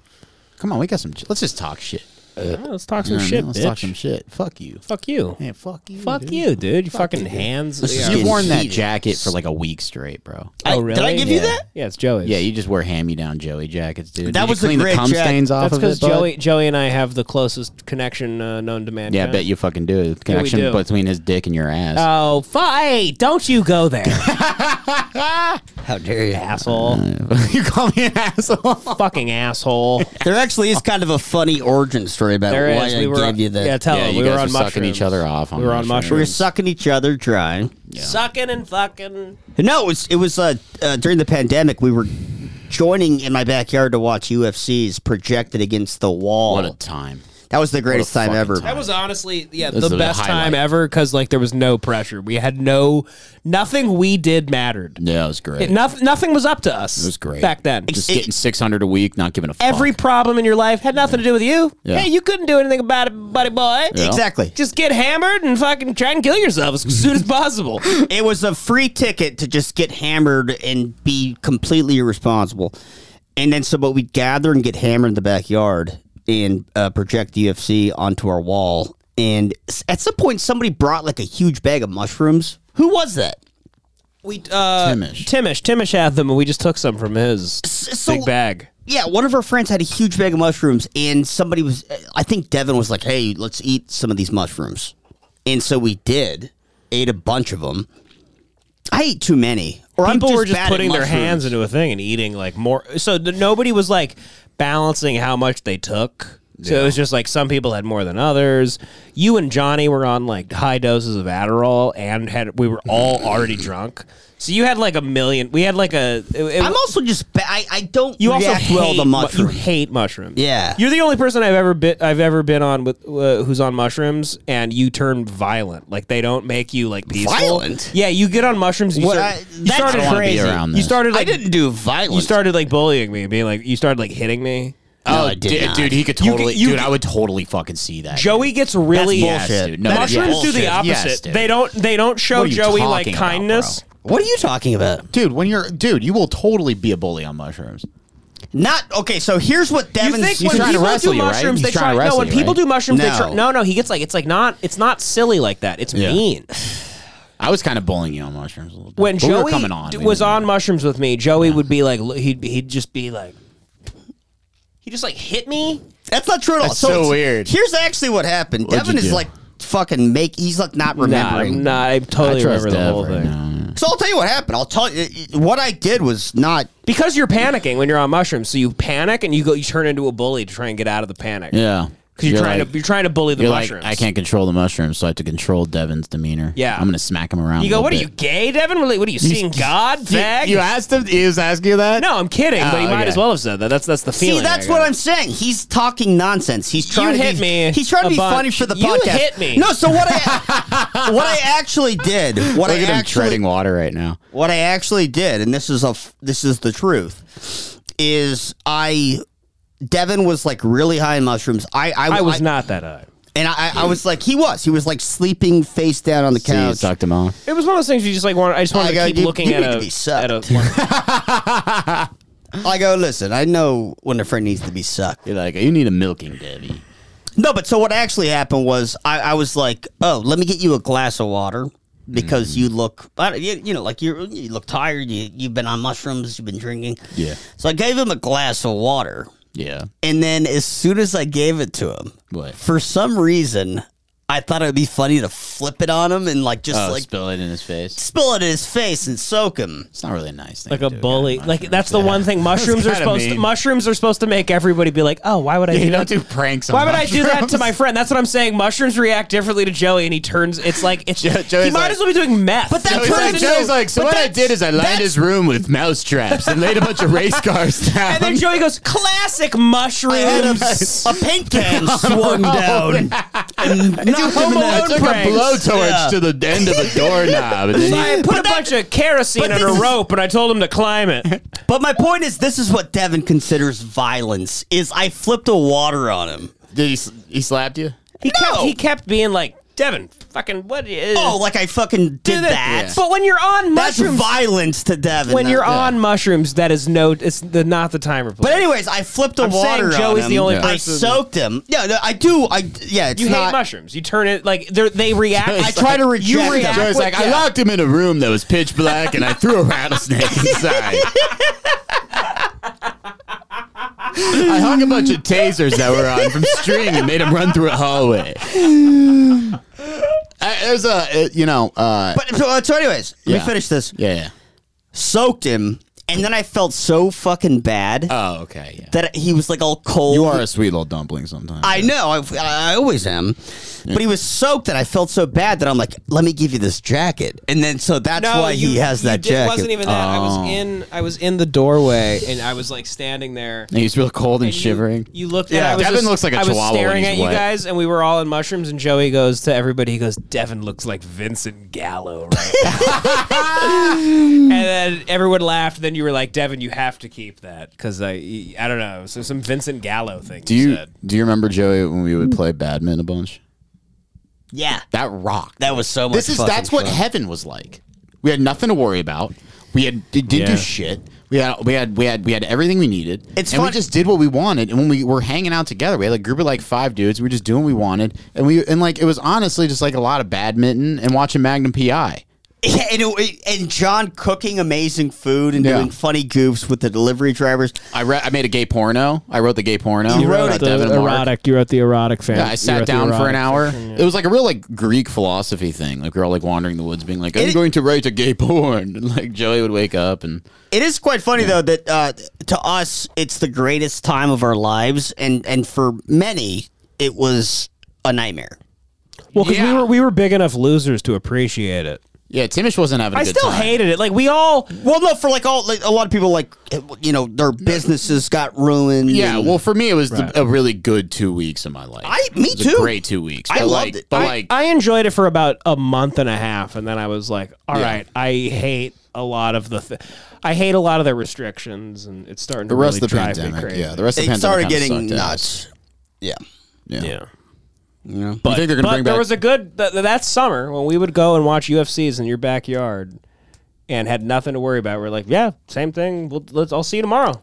Speaker 4: Come on, we got some. ju- Let's just talk shit.
Speaker 3: All right, Oh, let's talk
Speaker 4: You know
Speaker 3: some
Speaker 4: what I
Speaker 3: shit,
Speaker 4: mean?
Speaker 3: bitch.
Speaker 4: Uh, Let's talk some shit. Fuck you.
Speaker 3: Fuck you.
Speaker 4: Man, fuck you.
Speaker 3: Fuck you, dude. You fucking hands.
Speaker 5: is
Speaker 3: Yeah.
Speaker 4: You've worn that
Speaker 5: Heated.
Speaker 4: jacket for like a week straight, bro.
Speaker 5: I-
Speaker 3: Oh, really?
Speaker 5: Did I give you
Speaker 4: Yeah.
Speaker 5: that?
Speaker 3: Yeah, it's Joey's.
Speaker 4: Yeah, you just wear hand-me-down Joey jackets, dude.
Speaker 5: That
Speaker 4: Did you
Speaker 5: was a
Speaker 4: clean
Speaker 5: great
Speaker 4: the cum
Speaker 5: jacket.
Speaker 4: stains off of
Speaker 3: That's
Speaker 4: it,
Speaker 3: because
Speaker 4: bud?
Speaker 3: Joey, Joey and I have the closest connection uh, known to mankind.
Speaker 4: Yeah, I bet you fucking do. Uh, The connection
Speaker 3: do.
Speaker 4: between his dick and your ass.
Speaker 3: Oh, fi- hey, don't you go there,
Speaker 5: how dare you?
Speaker 3: asshole!
Speaker 4: you call me an asshole.
Speaker 3: fucking asshole!
Speaker 5: There actually is kind of a funny origin story about
Speaker 3: There
Speaker 5: why
Speaker 3: is.
Speaker 5: I
Speaker 3: We were
Speaker 5: gave you that.
Speaker 3: yeah, tell
Speaker 4: yeah,
Speaker 3: him
Speaker 4: you
Speaker 3: we
Speaker 4: guys
Speaker 3: were on
Speaker 4: sucking
Speaker 3: mushrooms.
Speaker 4: each other off. On
Speaker 3: We were on
Speaker 5: we were
Speaker 3: mushrooms.
Speaker 5: sucking each other dry.
Speaker 3: Sucking and fucking.
Speaker 5: No, it was it was uh, uh, during the pandemic. We were joining in my backyard to watch UFCs projected against the wall.
Speaker 4: What a time.
Speaker 5: that was the greatest time
Speaker 4: fucking
Speaker 5: ever.
Speaker 4: time.
Speaker 3: That was honestly, yeah,
Speaker 4: This
Speaker 3: the
Speaker 4: is a
Speaker 3: best
Speaker 4: highlight.
Speaker 3: time ever because like there was no pressure. We had no, nothing we did mattered.
Speaker 4: Yeah, it was great.
Speaker 3: It, nothing, nothing was up to us. It
Speaker 4: was great.
Speaker 3: back then.
Speaker 4: just getting six hundred a week, not giving a fuck.
Speaker 3: Every problem in your life had nothing to do with you.
Speaker 4: Yeah.
Speaker 3: Hey, you couldn't do anything about it, buddy boy.
Speaker 4: Yeah.
Speaker 5: Exactly.
Speaker 3: Just get hammered and fucking try and kill yourself as soon as possible.
Speaker 5: It was a free ticket to just get hammered and be completely irresponsible. And then so, but we'd gather and get hammered in the backyard and uh, project UFC onto our wall. And s- at some point, somebody brought like a huge bag of mushrooms. Who was that?
Speaker 3: We uh,
Speaker 4: Timish.
Speaker 3: Timish, Timish had them, and we just took some from his
Speaker 5: so-
Speaker 3: big bag.
Speaker 5: Yeah, one of our friends had a huge bag of mushrooms, and somebody was, I think Devin was like, hey, let's eat some of these mushrooms. And so we did, ate a bunch of them. I ate too many. Or
Speaker 3: People
Speaker 5: I'm just
Speaker 3: were just
Speaker 5: bad at
Speaker 3: putting their
Speaker 5: mushrooms.
Speaker 3: hands into a thing and eating like more. So th- nobody was like balancing how much they took. So it was just like some people had more than others. You and Johnny were on like high doses of Adderall and had we were all already drunk. So you had like a million. We had like a.
Speaker 5: I'm also just. ba- I, I don't.
Speaker 3: You also
Speaker 5: react well
Speaker 3: hate
Speaker 5: to
Speaker 3: mu-
Speaker 5: mushrooms.
Speaker 3: You hate mushrooms.
Speaker 5: Yeah.
Speaker 3: You're the only person I've ever been I've ever been on with uh, who's on mushrooms, and you turn violent. Like they don't make you like peaceful.
Speaker 5: Violent?
Speaker 3: Yeah, you get on mushrooms. You,
Speaker 5: What
Speaker 3: start-
Speaker 5: I-
Speaker 3: you
Speaker 5: that's
Speaker 3: started
Speaker 5: I don't wanna be
Speaker 3: crazy.
Speaker 5: around
Speaker 3: you
Speaker 5: this.
Speaker 3: started.
Speaker 5: I
Speaker 3: Like,
Speaker 5: didn't do violent.
Speaker 3: You started like bullying me, being like you started like hitting me.
Speaker 4: oh, dude, dude, he could
Speaker 3: You
Speaker 4: totally.
Speaker 3: get- you
Speaker 4: dude,
Speaker 3: get-
Speaker 4: I would totally fucking see that.
Speaker 3: Joey gets really
Speaker 4: That's bullshit. Yes, dude. No, that is
Speaker 3: mushrooms do the
Speaker 4: bullshit. Yes,
Speaker 3: opposite.
Speaker 4: dude.
Speaker 3: they don't. They don't show
Speaker 4: What are you
Speaker 3: Joey like
Speaker 4: talking about,
Speaker 3: kindness.
Speaker 5: What are you talking about,
Speaker 4: dude? When you're dude, you will totally be a bully on mushrooms.
Speaker 5: Not okay. So here's what Devin's
Speaker 3: you think
Speaker 4: He's
Speaker 3: when
Speaker 4: trying to
Speaker 3: people
Speaker 4: wrestle
Speaker 3: do
Speaker 4: you, right?
Speaker 3: mushrooms,
Speaker 4: He's
Speaker 3: they try.
Speaker 4: trying to
Speaker 3: no,
Speaker 4: wrestle
Speaker 3: when
Speaker 4: you,
Speaker 3: people
Speaker 4: right?
Speaker 3: do mushrooms, they try.
Speaker 4: No.
Speaker 3: No, no, he gets like it's like not. It's not silly like that. It's mean.
Speaker 4: I was kind of bullying you on mushrooms a little bit.
Speaker 3: When
Speaker 4: But we were
Speaker 3: Joey
Speaker 4: coming on,
Speaker 3: d-
Speaker 4: we
Speaker 3: was on mushrooms with me, Joey would be like, l- he'd he'd just be like, he just like hit me.
Speaker 5: That's not true at all.
Speaker 3: That's so
Speaker 5: it's-
Speaker 3: weird.
Speaker 5: Here's actually what happened.
Speaker 3: What'd
Speaker 5: Devin
Speaker 3: you
Speaker 5: is
Speaker 3: do?
Speaker 5: like fucking make. He's like not remembering.
Speaker 3: Nah, I'm- nah, I totally remember the whole thing.
Speaker 5: So I'll tell you what happened. I'll tell you what I did was not
Speaker 3: because you're panicking when you're on mushrooms. So you panic and you go, you turn into a bully to try and get out of the panic.
Speaker 4: Yeah.
Speaker 3: because you're,
Speaker 4: You're
Speaker 3: trying
Speaker 4: like-
Speaker 3: to you're trying to bully the
Speaker 4: You're like,
Speaker 3: mushrooms.
Speaker 4: I can't control the mushrooms, so I have to control Devin's demeanor.
Speaker 3: Yeah.
Speaker 4: I'm gonna smack him around.
Speaker 3: You
Speaker 4: a
Speaker 3: go,
Speaker 4: little
Speaker 3: what
Speaker 4: bit.
Speaker 3: are you gay, Devin? What are you- what are you seeing God? Fag?
Speaker 4: you asked him. He was asking you that.
Speaker 3: No, I'm kidding. but
Speaker 4: Oh,
Speaker 3: he might
Speaker 4: okay.
Speaker 3: as well have said that. That's that's the feeling.
Speaker 5: See, that's
Speaker 3: I got.
Speaker 5: what I'm saying. He's talking nonsense. He's trying
Speaker 3: hit
Speaker 5: to be,
Speaker 3: me
Speaker 5: He's trying
Speaker 3: a
Speaker 5: to be funny
Speaker 3: bunch.
Speaker 5: for the
Speaker 3: You
Speaker 5: podcast.
Speaker 3: hit me.
Speaker 5: No, so what I what I actually did, what
Speaker 4: Look
Speaker 5: I
Speaker 4: at him
Speaker 5: actually
Speaker 4: treading water right now.
Speaker 5: what I actually did, and this is a f- this is the truth, is I Devin was like really high in mushrooms. I I,
Speaker 3: I was not that high,
Speaker 5: and I, I was like he was. He was like sleeping face down on the
Speaker 4: See, you
Speaker 5: couch.
Speaker 4: sucked him off.
Speaker 3: It was one of those things you just like want. I just wanted
Speaker 5: I
Speaker 3: to
Speaker 5: gotta
Speaker 3: keep
Speaker 5: get-
Speaker 3: looking
Speaker 5: you
Speaker 3: at
Speaker 5: need to
Speaker 3: a,
Speaker 5: be
Speaker 3: at a.
Speaker 5: I go listen. I know when a friend needs to be sucked.
Speaker 4: You're like, you need a milking, Debbie.
Speaker 5: No, but so what actually happened was I, I was like, oh, let me get you a glass of water because
Speaker 4: Mm-hmm.
Speaker 5: you look, I don't- you, you know, like you you look tired. You you've been on mushrooms. You've been drinking.
Speaker 4: Yeah.
Speaker 5: So I gave him a glass of water,
Speaker 4: Yeah.
Speaker 5: and then as soon as I gave it to him,
Speaker 4: What?
Speaker 5: for some reason, I thought it would be funny to flip it on him and like just
Speaker 4: oh,
Speaker 5: like
Speaker 4: spill it in his face.
Speaker 5: spill it in his face and soak him.
Speaker 4: It's not really a nice thing.
Speaker 3: Like a bully, like that's the one thing mushrooms are
Speaker 4: kinda
Speaker 3: supposed. To,
Speaker 4: mean.
Speaker 3: mushrooms are supposed to make everybody be like, "Oh, why would I
Speaker 4: Yeah,
Speaker 3: do
Speaker 4: you
Speaker 3: that?
Speaker 4: don't do pranks.
Speaker 3: why
Speaker 4: on
Speaker 3: would I do that to
Speaker 4: mushrooms.
Speaker 3: my friend?" That's what I'm saying. Mushrooms react differently to Joey, and he turns. It's like it's. he
Speaker 4: Joey's
Speaker 3: might
Speaker 4: like-
Speaker 3: as well be doing meth.
Speaker 5: But that's
Speaker 4: Joey's
Speaker 5: what
Speaker 4: like,
Speaker 5: I
Speaker 4: Joey's
Speaker 5: do.
Speaker 4: like, so
Speaker 5: But
Speaker 4: what I
Speaker 5: that's-
Speaker 4: did is I lined
Speaker 5: that's-
Speaker 4: his room with mouse traps and laid a bunch of race cars down.
Speaker 3: and then Joey goes, "Classic mushrooms."
Speaker 5: I had a, a paint can swung down. And
Speaker 3: I do
Speaker 5: knocked him
Speaker 3: Home
Speaker 5: in the-
Speaker 4: I
Speaker 3: Alone
Speaker 4: took
Speaker 3: pranks.
Speaker 4: a blowtorch
Speaker 5: Yeah.
Speaker 4: to the end of the doorknob. And
Speaker 3: So
Speaker 4: then
Speaker 3: I put a bunch of kerosene
Speaker 5: but
Speaker 3: on a
Speaker 5: this is-
Speaker 3: rope, and I told him to climb it.
Speaker 5: But my point is, this is what Devin considers violence. Is I flipped a water on him.
Speaker 4: he, did he, s- he slapped you?
Speaker 3: He kept
Speaker 5: No.
Speaker 3: he kept being like, "Devin, fucking what is?"
Speaker 5: Oh, like I fucking did that.
Speaker 3: But when you're on
Speaker 5: That's
Speaker 3: mushrooms,
Speaker 5: violence to Devin.
Speaker 3: when
Speaker 5: though.
Speaker 3: you're
Speaker 5: Yeah.
Speaker 3: on mushrooms, that is no, it's the, not the time or place.
Speaker 5: But anyways, I flipped a
Speaker 3: I'm saying
Speaker 5: water on
Speaker 3: Joey's
Speaker 5: him.
Speaker 3: the only
Speaker 5: I
Speaker 3: person-
Speaker 5: soaked him. Yeah, no, I do. I yeah, it's
Speaker 3: you hate
Speaker 5: not.
Speaker 3: mushrooms. You turn it like they're, they react.
Speaker 5: I try to reject
Speaker 3: You
Speaker 5: them.
Speaker 3: react.
Speaker 4: Joey's
Speaker 3: with-
Speaker 4: like, I
Speaker 3: yeah.
Speaker 4: locked him in a room that was pitch black and I threw a rattlesnake inside. I hung a bunch of tasers that were on from string and made him run through a hallway. I, there's a, uh, you know, uh,
Speaker 5: But so, uh, so anyways, let
Speaker 4: Yeah.
Speaker 5: me finish this.
Speaker 4: yeah, yeah.
Speaker 5: Soaked him, and then I felt so fucking bad
Speaker 3: Uh.
Speaker 4: Oh, okay, yeah.
Speaker 5: that he was like all cold.
Speaker 4: You are a sweet little dumpling sometimes.
Speaker 5: I know. I, I always am. But he was soaked, and I felt so bad that I'm like, let me give you this jacket. And then, so that's
Speaker 3: No,
Speaker 5: why
Speaker 3: you-
Speaker 5: he has
Speaker 3: you
Speaker 5: that
Speaker 3: did-
Speaker 5: jacket. Oh.
Speaker 3: It wasn't even that. I was in. I was in the doorway, and I was like standing there.
Speaker 4: And he's real cold and,
Speaker 3: you-
Speaker 4: shivering.
Speaker 3: You looked.
Speaker 4: Yeah.
Speaker 3: Yeah, I was
Speaker 4: Devin
Speaker 3: just-
Speaker 4: looks like a
Speaker 3: I was
Speaker 4: chihuahua when
Speaker 3: staring
Speaker 4: he's
Speaker 3: at you
Speaker 4: wet.
Speaker 3: guys, and we were all in mushrooms. And Joey goes to everybody. He goes, "Devin looks like Vincent Gallo right now." and then everyone laughed. Then you were like, "Devin, you have to keep that because I, I don't know, so some Vincent Gallo thing."
Speaker 4: do you
Speaker 3: said.
Speaker 4: do you remember Joey when we would play badminton a bunch?
Speaker 5: yeah.
Speaker 4: That rocked.
Speaker 5: That was so much
Speaker 4: this is
Speaker 5: fucking
Speaker 4: that's what
Speaker 5: fun.
Speaker 4: heaven was like. We had nothing to worry about. We had did, didn't
Speaker 3: Yeah.
Speaker 4: do shit. We had we had we had we had everything we needed.
Speaker 5: It's
Speaker 4: and we
Speaker 5: fun-
Speaker 4: just did what we wanted. And when we were hanging out together, we had a group of like five dudes. We were just doing what we wanted, and we and like it was honestly just like a lot of badminton and watching Magnum PI.
Speaker 5: Yeah, and, it, and John cooking amazing food and
Speaker 4: Yeah.
Speaker 5: doing funny goofs with the delivery drivers.
Speaker 4: I re- I made a gay porno. I wrote the gay porno.
Speaker 5: You wrote
Speaker 4: about
Speaker 5: it.
Speaker 4: Devin
Speaker 5: The
Speaker 4: Mark.
Speaker 5: erotic-
Speaker 6: You wrote the erotic fan.
Speaker 4: Yeah, I sat down for an hour. It was like a real like Greek philosophy thing. Like we were all like wandering the woods, being like, "I'm going to write a gay porn," and like Joey would wake up and
Speaker 5: It is quite funny though that uh, to us it's the greatest time of our lives, and and for many it was a nightmare.
Speaker 3: Well, because we were we were big enough losers to appreciate it.
Speaker 4: Yeah, Timish wasn't having.
Speaker 5: a
Speaker 3: I
Speaker 5: good
Speaker 3: still
Speaker 5: time.
Speaker 3: hated it. Like we all.
Speaker 5: Well, no, for like all like, a lot of people, like you know, their businesses got ruined.
Speaker 4: Yeah,
Speaker 5: and-
Speaker 4: well, for me, it was the, a really good two weeks of my life. I,
Speaker 5: me
Speaker 4: A
Speaker 5: too.
Speaker 4: great two weeks.
Speaker 3: I
Speaker 4: But,
Speaker 3: loved
Speaker 4: like,
Speaker 3: it.
Speaker 4: But
Speaker 3: I,
Speaker 4: like,
Speaker 3: I enjoyed it for about a month and a half, and then I was like, "All right,
Speaker 4: Yeah.
Speaker 3: I hate a lot of the, th- I hate a lot of the restrictions, and it's starting to
Speaker 4: The rest
Speaker 3: really
Speaker 4: of the
Speaker 3: drive
Speaker 4: pandemic,
Speaker 3: me crazy."
Speaker 4: yeah, the rest of the
Speaker 5: it
Speaker 4: pandemic
Speaker 5: started
Speaker 4: kinda
Speaker 5: getting
Speaker 4: sucked ass.
Speaker 5: nuts. Yeah.
Speaker 4: yeah,
Speaker 3: yeah.
Speaker 4: But, you think they're gonna
Speaker 3: But
Speaker 4: bring
Speaker 3: there
Speaker 4: back?
Speaker 3: was a good th- th- that summer when we would go and watch UFCs in your backyard, and had nothing to worry about. We're like, "Yeah, same thing. We'll, let's. I'll see you tomorrow."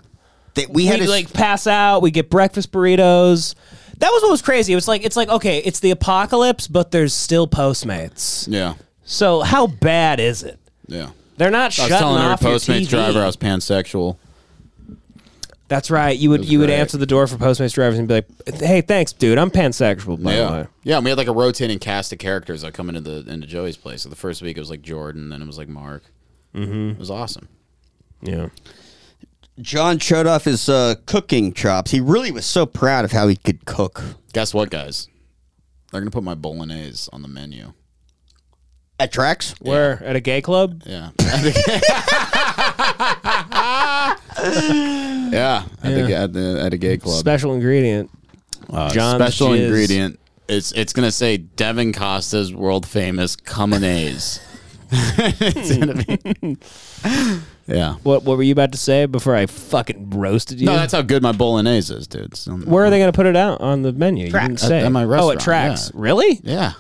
Speaker 5: we had
Speaker 3: We'd,
Speaker 5: a s-
Speaker 3: like pass out. We get breakfast burritos. That was what was crazy. It was like it's like okay, it's the apocalypse, but there's still Postmates.
Speaker 4: yeah,
Speaker 3: So how bad is it?
Speaker 4: yeah.
Speaker 3: They're not
Speaker 4: I was
Speaker 3: shutting
Speaker 4: telling
Speaker 3: off
Speaker 4: every
Speaker 3: your
Speaker 4: Postmates
Speaker 3: TV.
Speaker 4: driver I was pansexual.
Speaker 3: That's right. You would you would answer the door for Postmates drivers and be like, "Hey, thanks, dude. I'm pansexual." By
Speaker 4: yeah,
Speaker 3: the way.
Speaker 4: yeah. And we had like a rotating cast of characters that come into the into Joey's place. So the first week it was like Jordan, then it was like Mark. Mm-hmm. It was awesome.
Speaker 3: Yeah.
Speaker 5: John showed off his uh, cooking chops. He really was so proud of how he could cook.
Speaker 4: Guess what, guys? They're gonna put my bolognese on the menu.
Speaker 5: At Trex?
Speaker 3: Where? At a gay club?
Speaker 4: Yeah. yeah, at, The,
Speaker 3: Yeah.
Speaker 4: at, the, at a gay club.
Speaker 3: Special ingredient.
Speaker 4: Uh,
Speaker 3: John's
Speaker 4: special
Speaker 3: jizz.
Speaker 4: ingredient. It's it's gonna say Devin Costa's world famous cumanese. it's gonna be. Yeah.
Speaker 3: What What were you about to say before I fucking roasted you?
Speaker 4: No, that's how good my bolognese is, dude. It's on-
Speaker 3: Where are they going to put it out on the menu? You didn't
Speaker 4: At-
Speaker 3: say.
Speaker 4: at my
Speaker 3: Oh, it
Speaker 4: restaurant,
Speaker 3: tracks.
Speaker 4: yeah.
Speaker 3: Really?
Speaker 4: Yeah.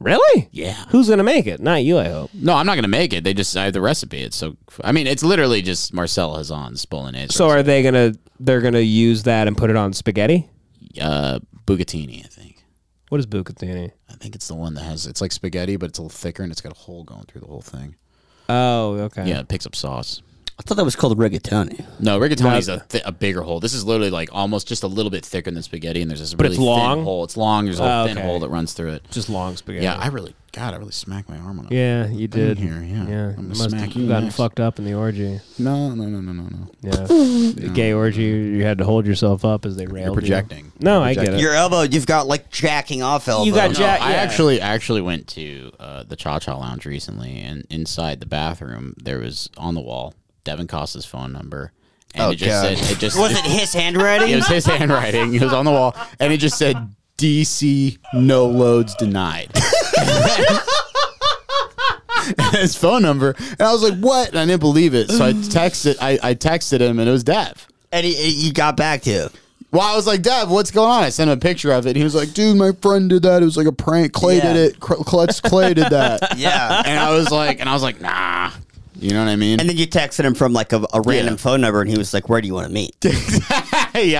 Speaker 3: Really?
Speaker 4: Yeah.
Speaker 3: Who's going to make it? Not you, I hope.
Speaker 4: No, I'm not gonna make it. They just I have the recipe. It's so. I mean, it's literally just Marcel Hazan's bolognese.
Speaker 3: So are they going to? They're going to use that and put it on spaghetti.
Speaker 4: uh, bucatini, I think.
Speaker 3: What is bucatini?
Speaker 4: I think it's the one that has it's like spaghetti, but it's a little thicker and it's got a hole going through the whole thing.
Speaker 3: Oh, okay.
Speaker 4: Yeah, it picks up sauce.
Speaker 5: I thought that was called rigatoni. No.
Speaker 4: No, rigatoni is a, th- a bigger hole. This is literally like almost just a little bit thicker than spaghetti, and there's this
Speaker 3: But
Speaker 4: really
Speaker 3: it's long?
Speaker 4: thin hole. It's long. There's a
Speaker 3: Oh,
Speaker 4: thin
Speaker 3: okay.
Speaker 4: hole that runs through it.
Speaker 3: Just long spaghetti.
Speaker 4: Yeah, I really, God, I really smacked my arm on it.
Speaker 3: Yeah, you did.
Speaker 4: Here, yeah,
Speaker 3: yeah.
Speaker 4: I'm
Speaker 3: You
Speaker 4: gonna
Speaker 3: must
Speaker 4: smack
Speaker 3: have
Speaker 4: you
Speaker 3: gotten
Speaker 4: next.
Speaker 3: fucked up in the orgy.
Speaker 4: No, no, no, no, no, no.
Speaker 3: Yeah, The gay orgy. You had to hold yourself up as they railed you.
Speaker 4: projecting.
Speaker 3: No,
Speaker 4: You're
Speaker 3: I get it.
Speaker 5: Your elbow, you've got like jacking off elbow.
Speaker 4: No, I actually actually went to uh, the Cha Cha Lounge recently, and inside the bathroom there was on the wall Devin Costa's phone number, and
Speaker 5: Oh,
Speaker 4: it just
Speaker 5: God.
Speaker 4: said it just
Speaker 5: Was it his handwriting?
Speaker 4: it was his handwriting. It was on the wall, and it just said DC no loads denied. his phone number, and I was like, "What?" And I didn't believe it, so I texted. I, I texted him, and it was Dev.
Speaker 5: And he, he got back to you.
Speaker 4: Well, I was like, Dev, what's going on? I sent him a picture of it. He was like, dude, my friend did that. It was like a prank. Clay
Speaker 5: Yeah.
Speaker 4: did it. Cl- Klutz Clay did that.
Speaker 5: Yeah.
Speaker 4: And I was like, and I was like, nah. You know what I mean?
Speaker 5: And then you texted him from like a, a random phone number, and he was like, "Where do you want to meet?"
Speaker 4: yeah,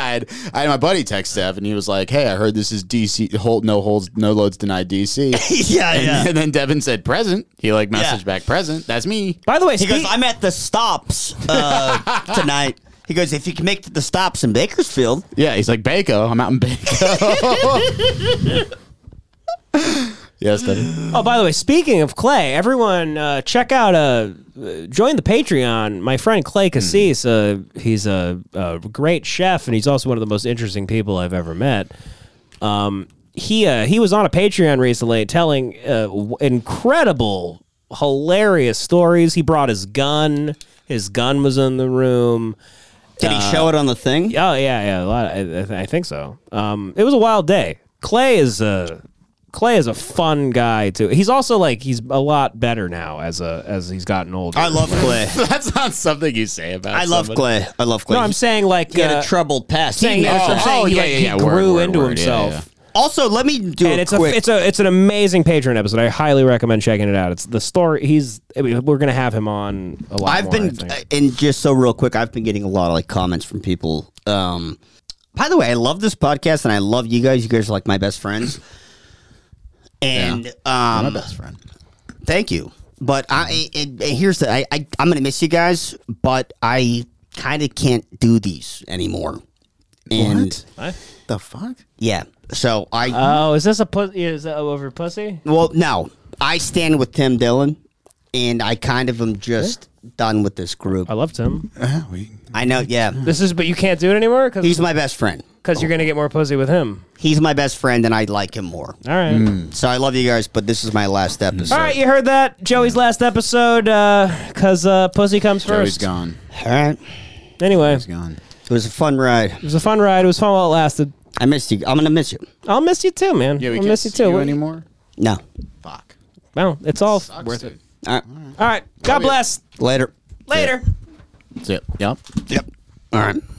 Speaker 4: I had, I had my buddy text Dev, and he was like, hey, I heard this is DC, hold, no holds, no loads denied DC.
Speaker 5: Yeah,
Speaker 4: and,
Speaker 5: yeah.
Speaker 4: And then Devin said, present. He like messaged back, present. That's me.
Speaker 3: By the way,
Speaker 5: he goes, "I'm at the stops uh, tonight." He goes, "If you can make it to the stops in Bakersfield,
Speaker 4: Yeah, he's like, Baco. I'm out in Baco. yes, Devin.
Speaker 3: Oh, by the way, speaking of Clay, everyone uh, check out uh, uh, join the Patreon. My friend Clay Cassis, uh, he's a, a great chef, and he's also one of the most interesting people I've ever met. Um, he uh, he was on a Patreon recently, telling uh, w- incredible, hilarious stories. He brought his gun. His gun was in the room.
Speaker 5: Did he show it on the thing?
Speaker 3: Oh yeah, yeah. A lot. I, I, th- I think so. Um, it was a wild day. Clay is a Clay is a fun guy too. He's also like he's a lot better now as a as he's gotten older.
Speaker 5: I love
Speaker 3: Like-
Speaker 5: Clay.
Speaker 4: That's not something you say about
Speaker 5: I love
Speaker 4: somebody.
Speaker 5: Clay. I love Clay.
Speaker 3: No, I'm saying like
Speaker 5: he had
Speaker 3: uh,
Speaker 5: a troubled past.
Speaker 3: Saying,
Speaker 5: He- Oh,
Speaker 3: that's what I'm saying. he, like, he grew into himself.
Speaker 5: Also, let me do
Speaker 3: And
Speaker 5: a
Speaker 3: it's
Speaker 5: quick.
Speaker 3: a it's a it's an amazing Patreon episode. I highly recommend checking it out. It's the story. He's I mean, we're gonna have him on a lot.
Speaker 5: I've
Speaker 3: more, I
Speaker 5: been
Speaker 3: think.
Speaker 5: uh, and just so real quick, I've been getting a lot of like comments from people. Um, by the way, I love this podcast and I love you guys. You guys are like my best friends. And um,
Speaker 4: my best friend.
Speaker 5: Thank you. But I and, and here's the I, I I'm gonna miss you guys, but I kind of can't do these anymore. And
Speaker 3: What?
Speaker 5: the fuck? Yeah. So I
Speaker 3: Oh, is this a pussy? Is that over pussy?
Speaker 5: well no, I stand with Tim Dillon, and I kind of am just done with this group. I
Speaker 3: love Tim.
Speaker 5: I know. Yeah.
Speaker 3: This is, but you can't do it anymore. Cause,
Speaker 5: He's my best friend.
Speaker 3: Because you're gonna get more pussy with him.
Speaker 5: He's my best friend, and I like him more.
Speaker 3: All right.
Speaker 5: So I love you guys, but this is my last episode.
Speaker 3: All right, you heard that Joey's last episode because uh, pussy comes
Speaker 5: Joey's
Speaker 3: first.
Speaker 5: gone. All right.
Speaker 3: Anyway,
Speaker 5: It was a fun ride. It
Speaker 3: was a fun ride. It was fun while it lasted.
Speaker 5: I missed you. I'm gonna miss you.
Speaker 3: I'll miss you too, man.
Speaker 5: Yeah, we
Speaker 3: I'll
Speaker 5: can't
Speaker 3: miss you
Speaker 5: see
Speaker 3: too.
Speaker 5: you
Speaker 3: We-
Speaker 5: anymore? No.
Speaker 3: Well, it's all
Speaker 4: Worth it.
Speaker 5: All right.
Speaker 3: All right. God bless.
Speaker 5: Later.
Speaker 3: Later.
Speaker 4: That's it. Yep.
Speaker 5: Yep. All right.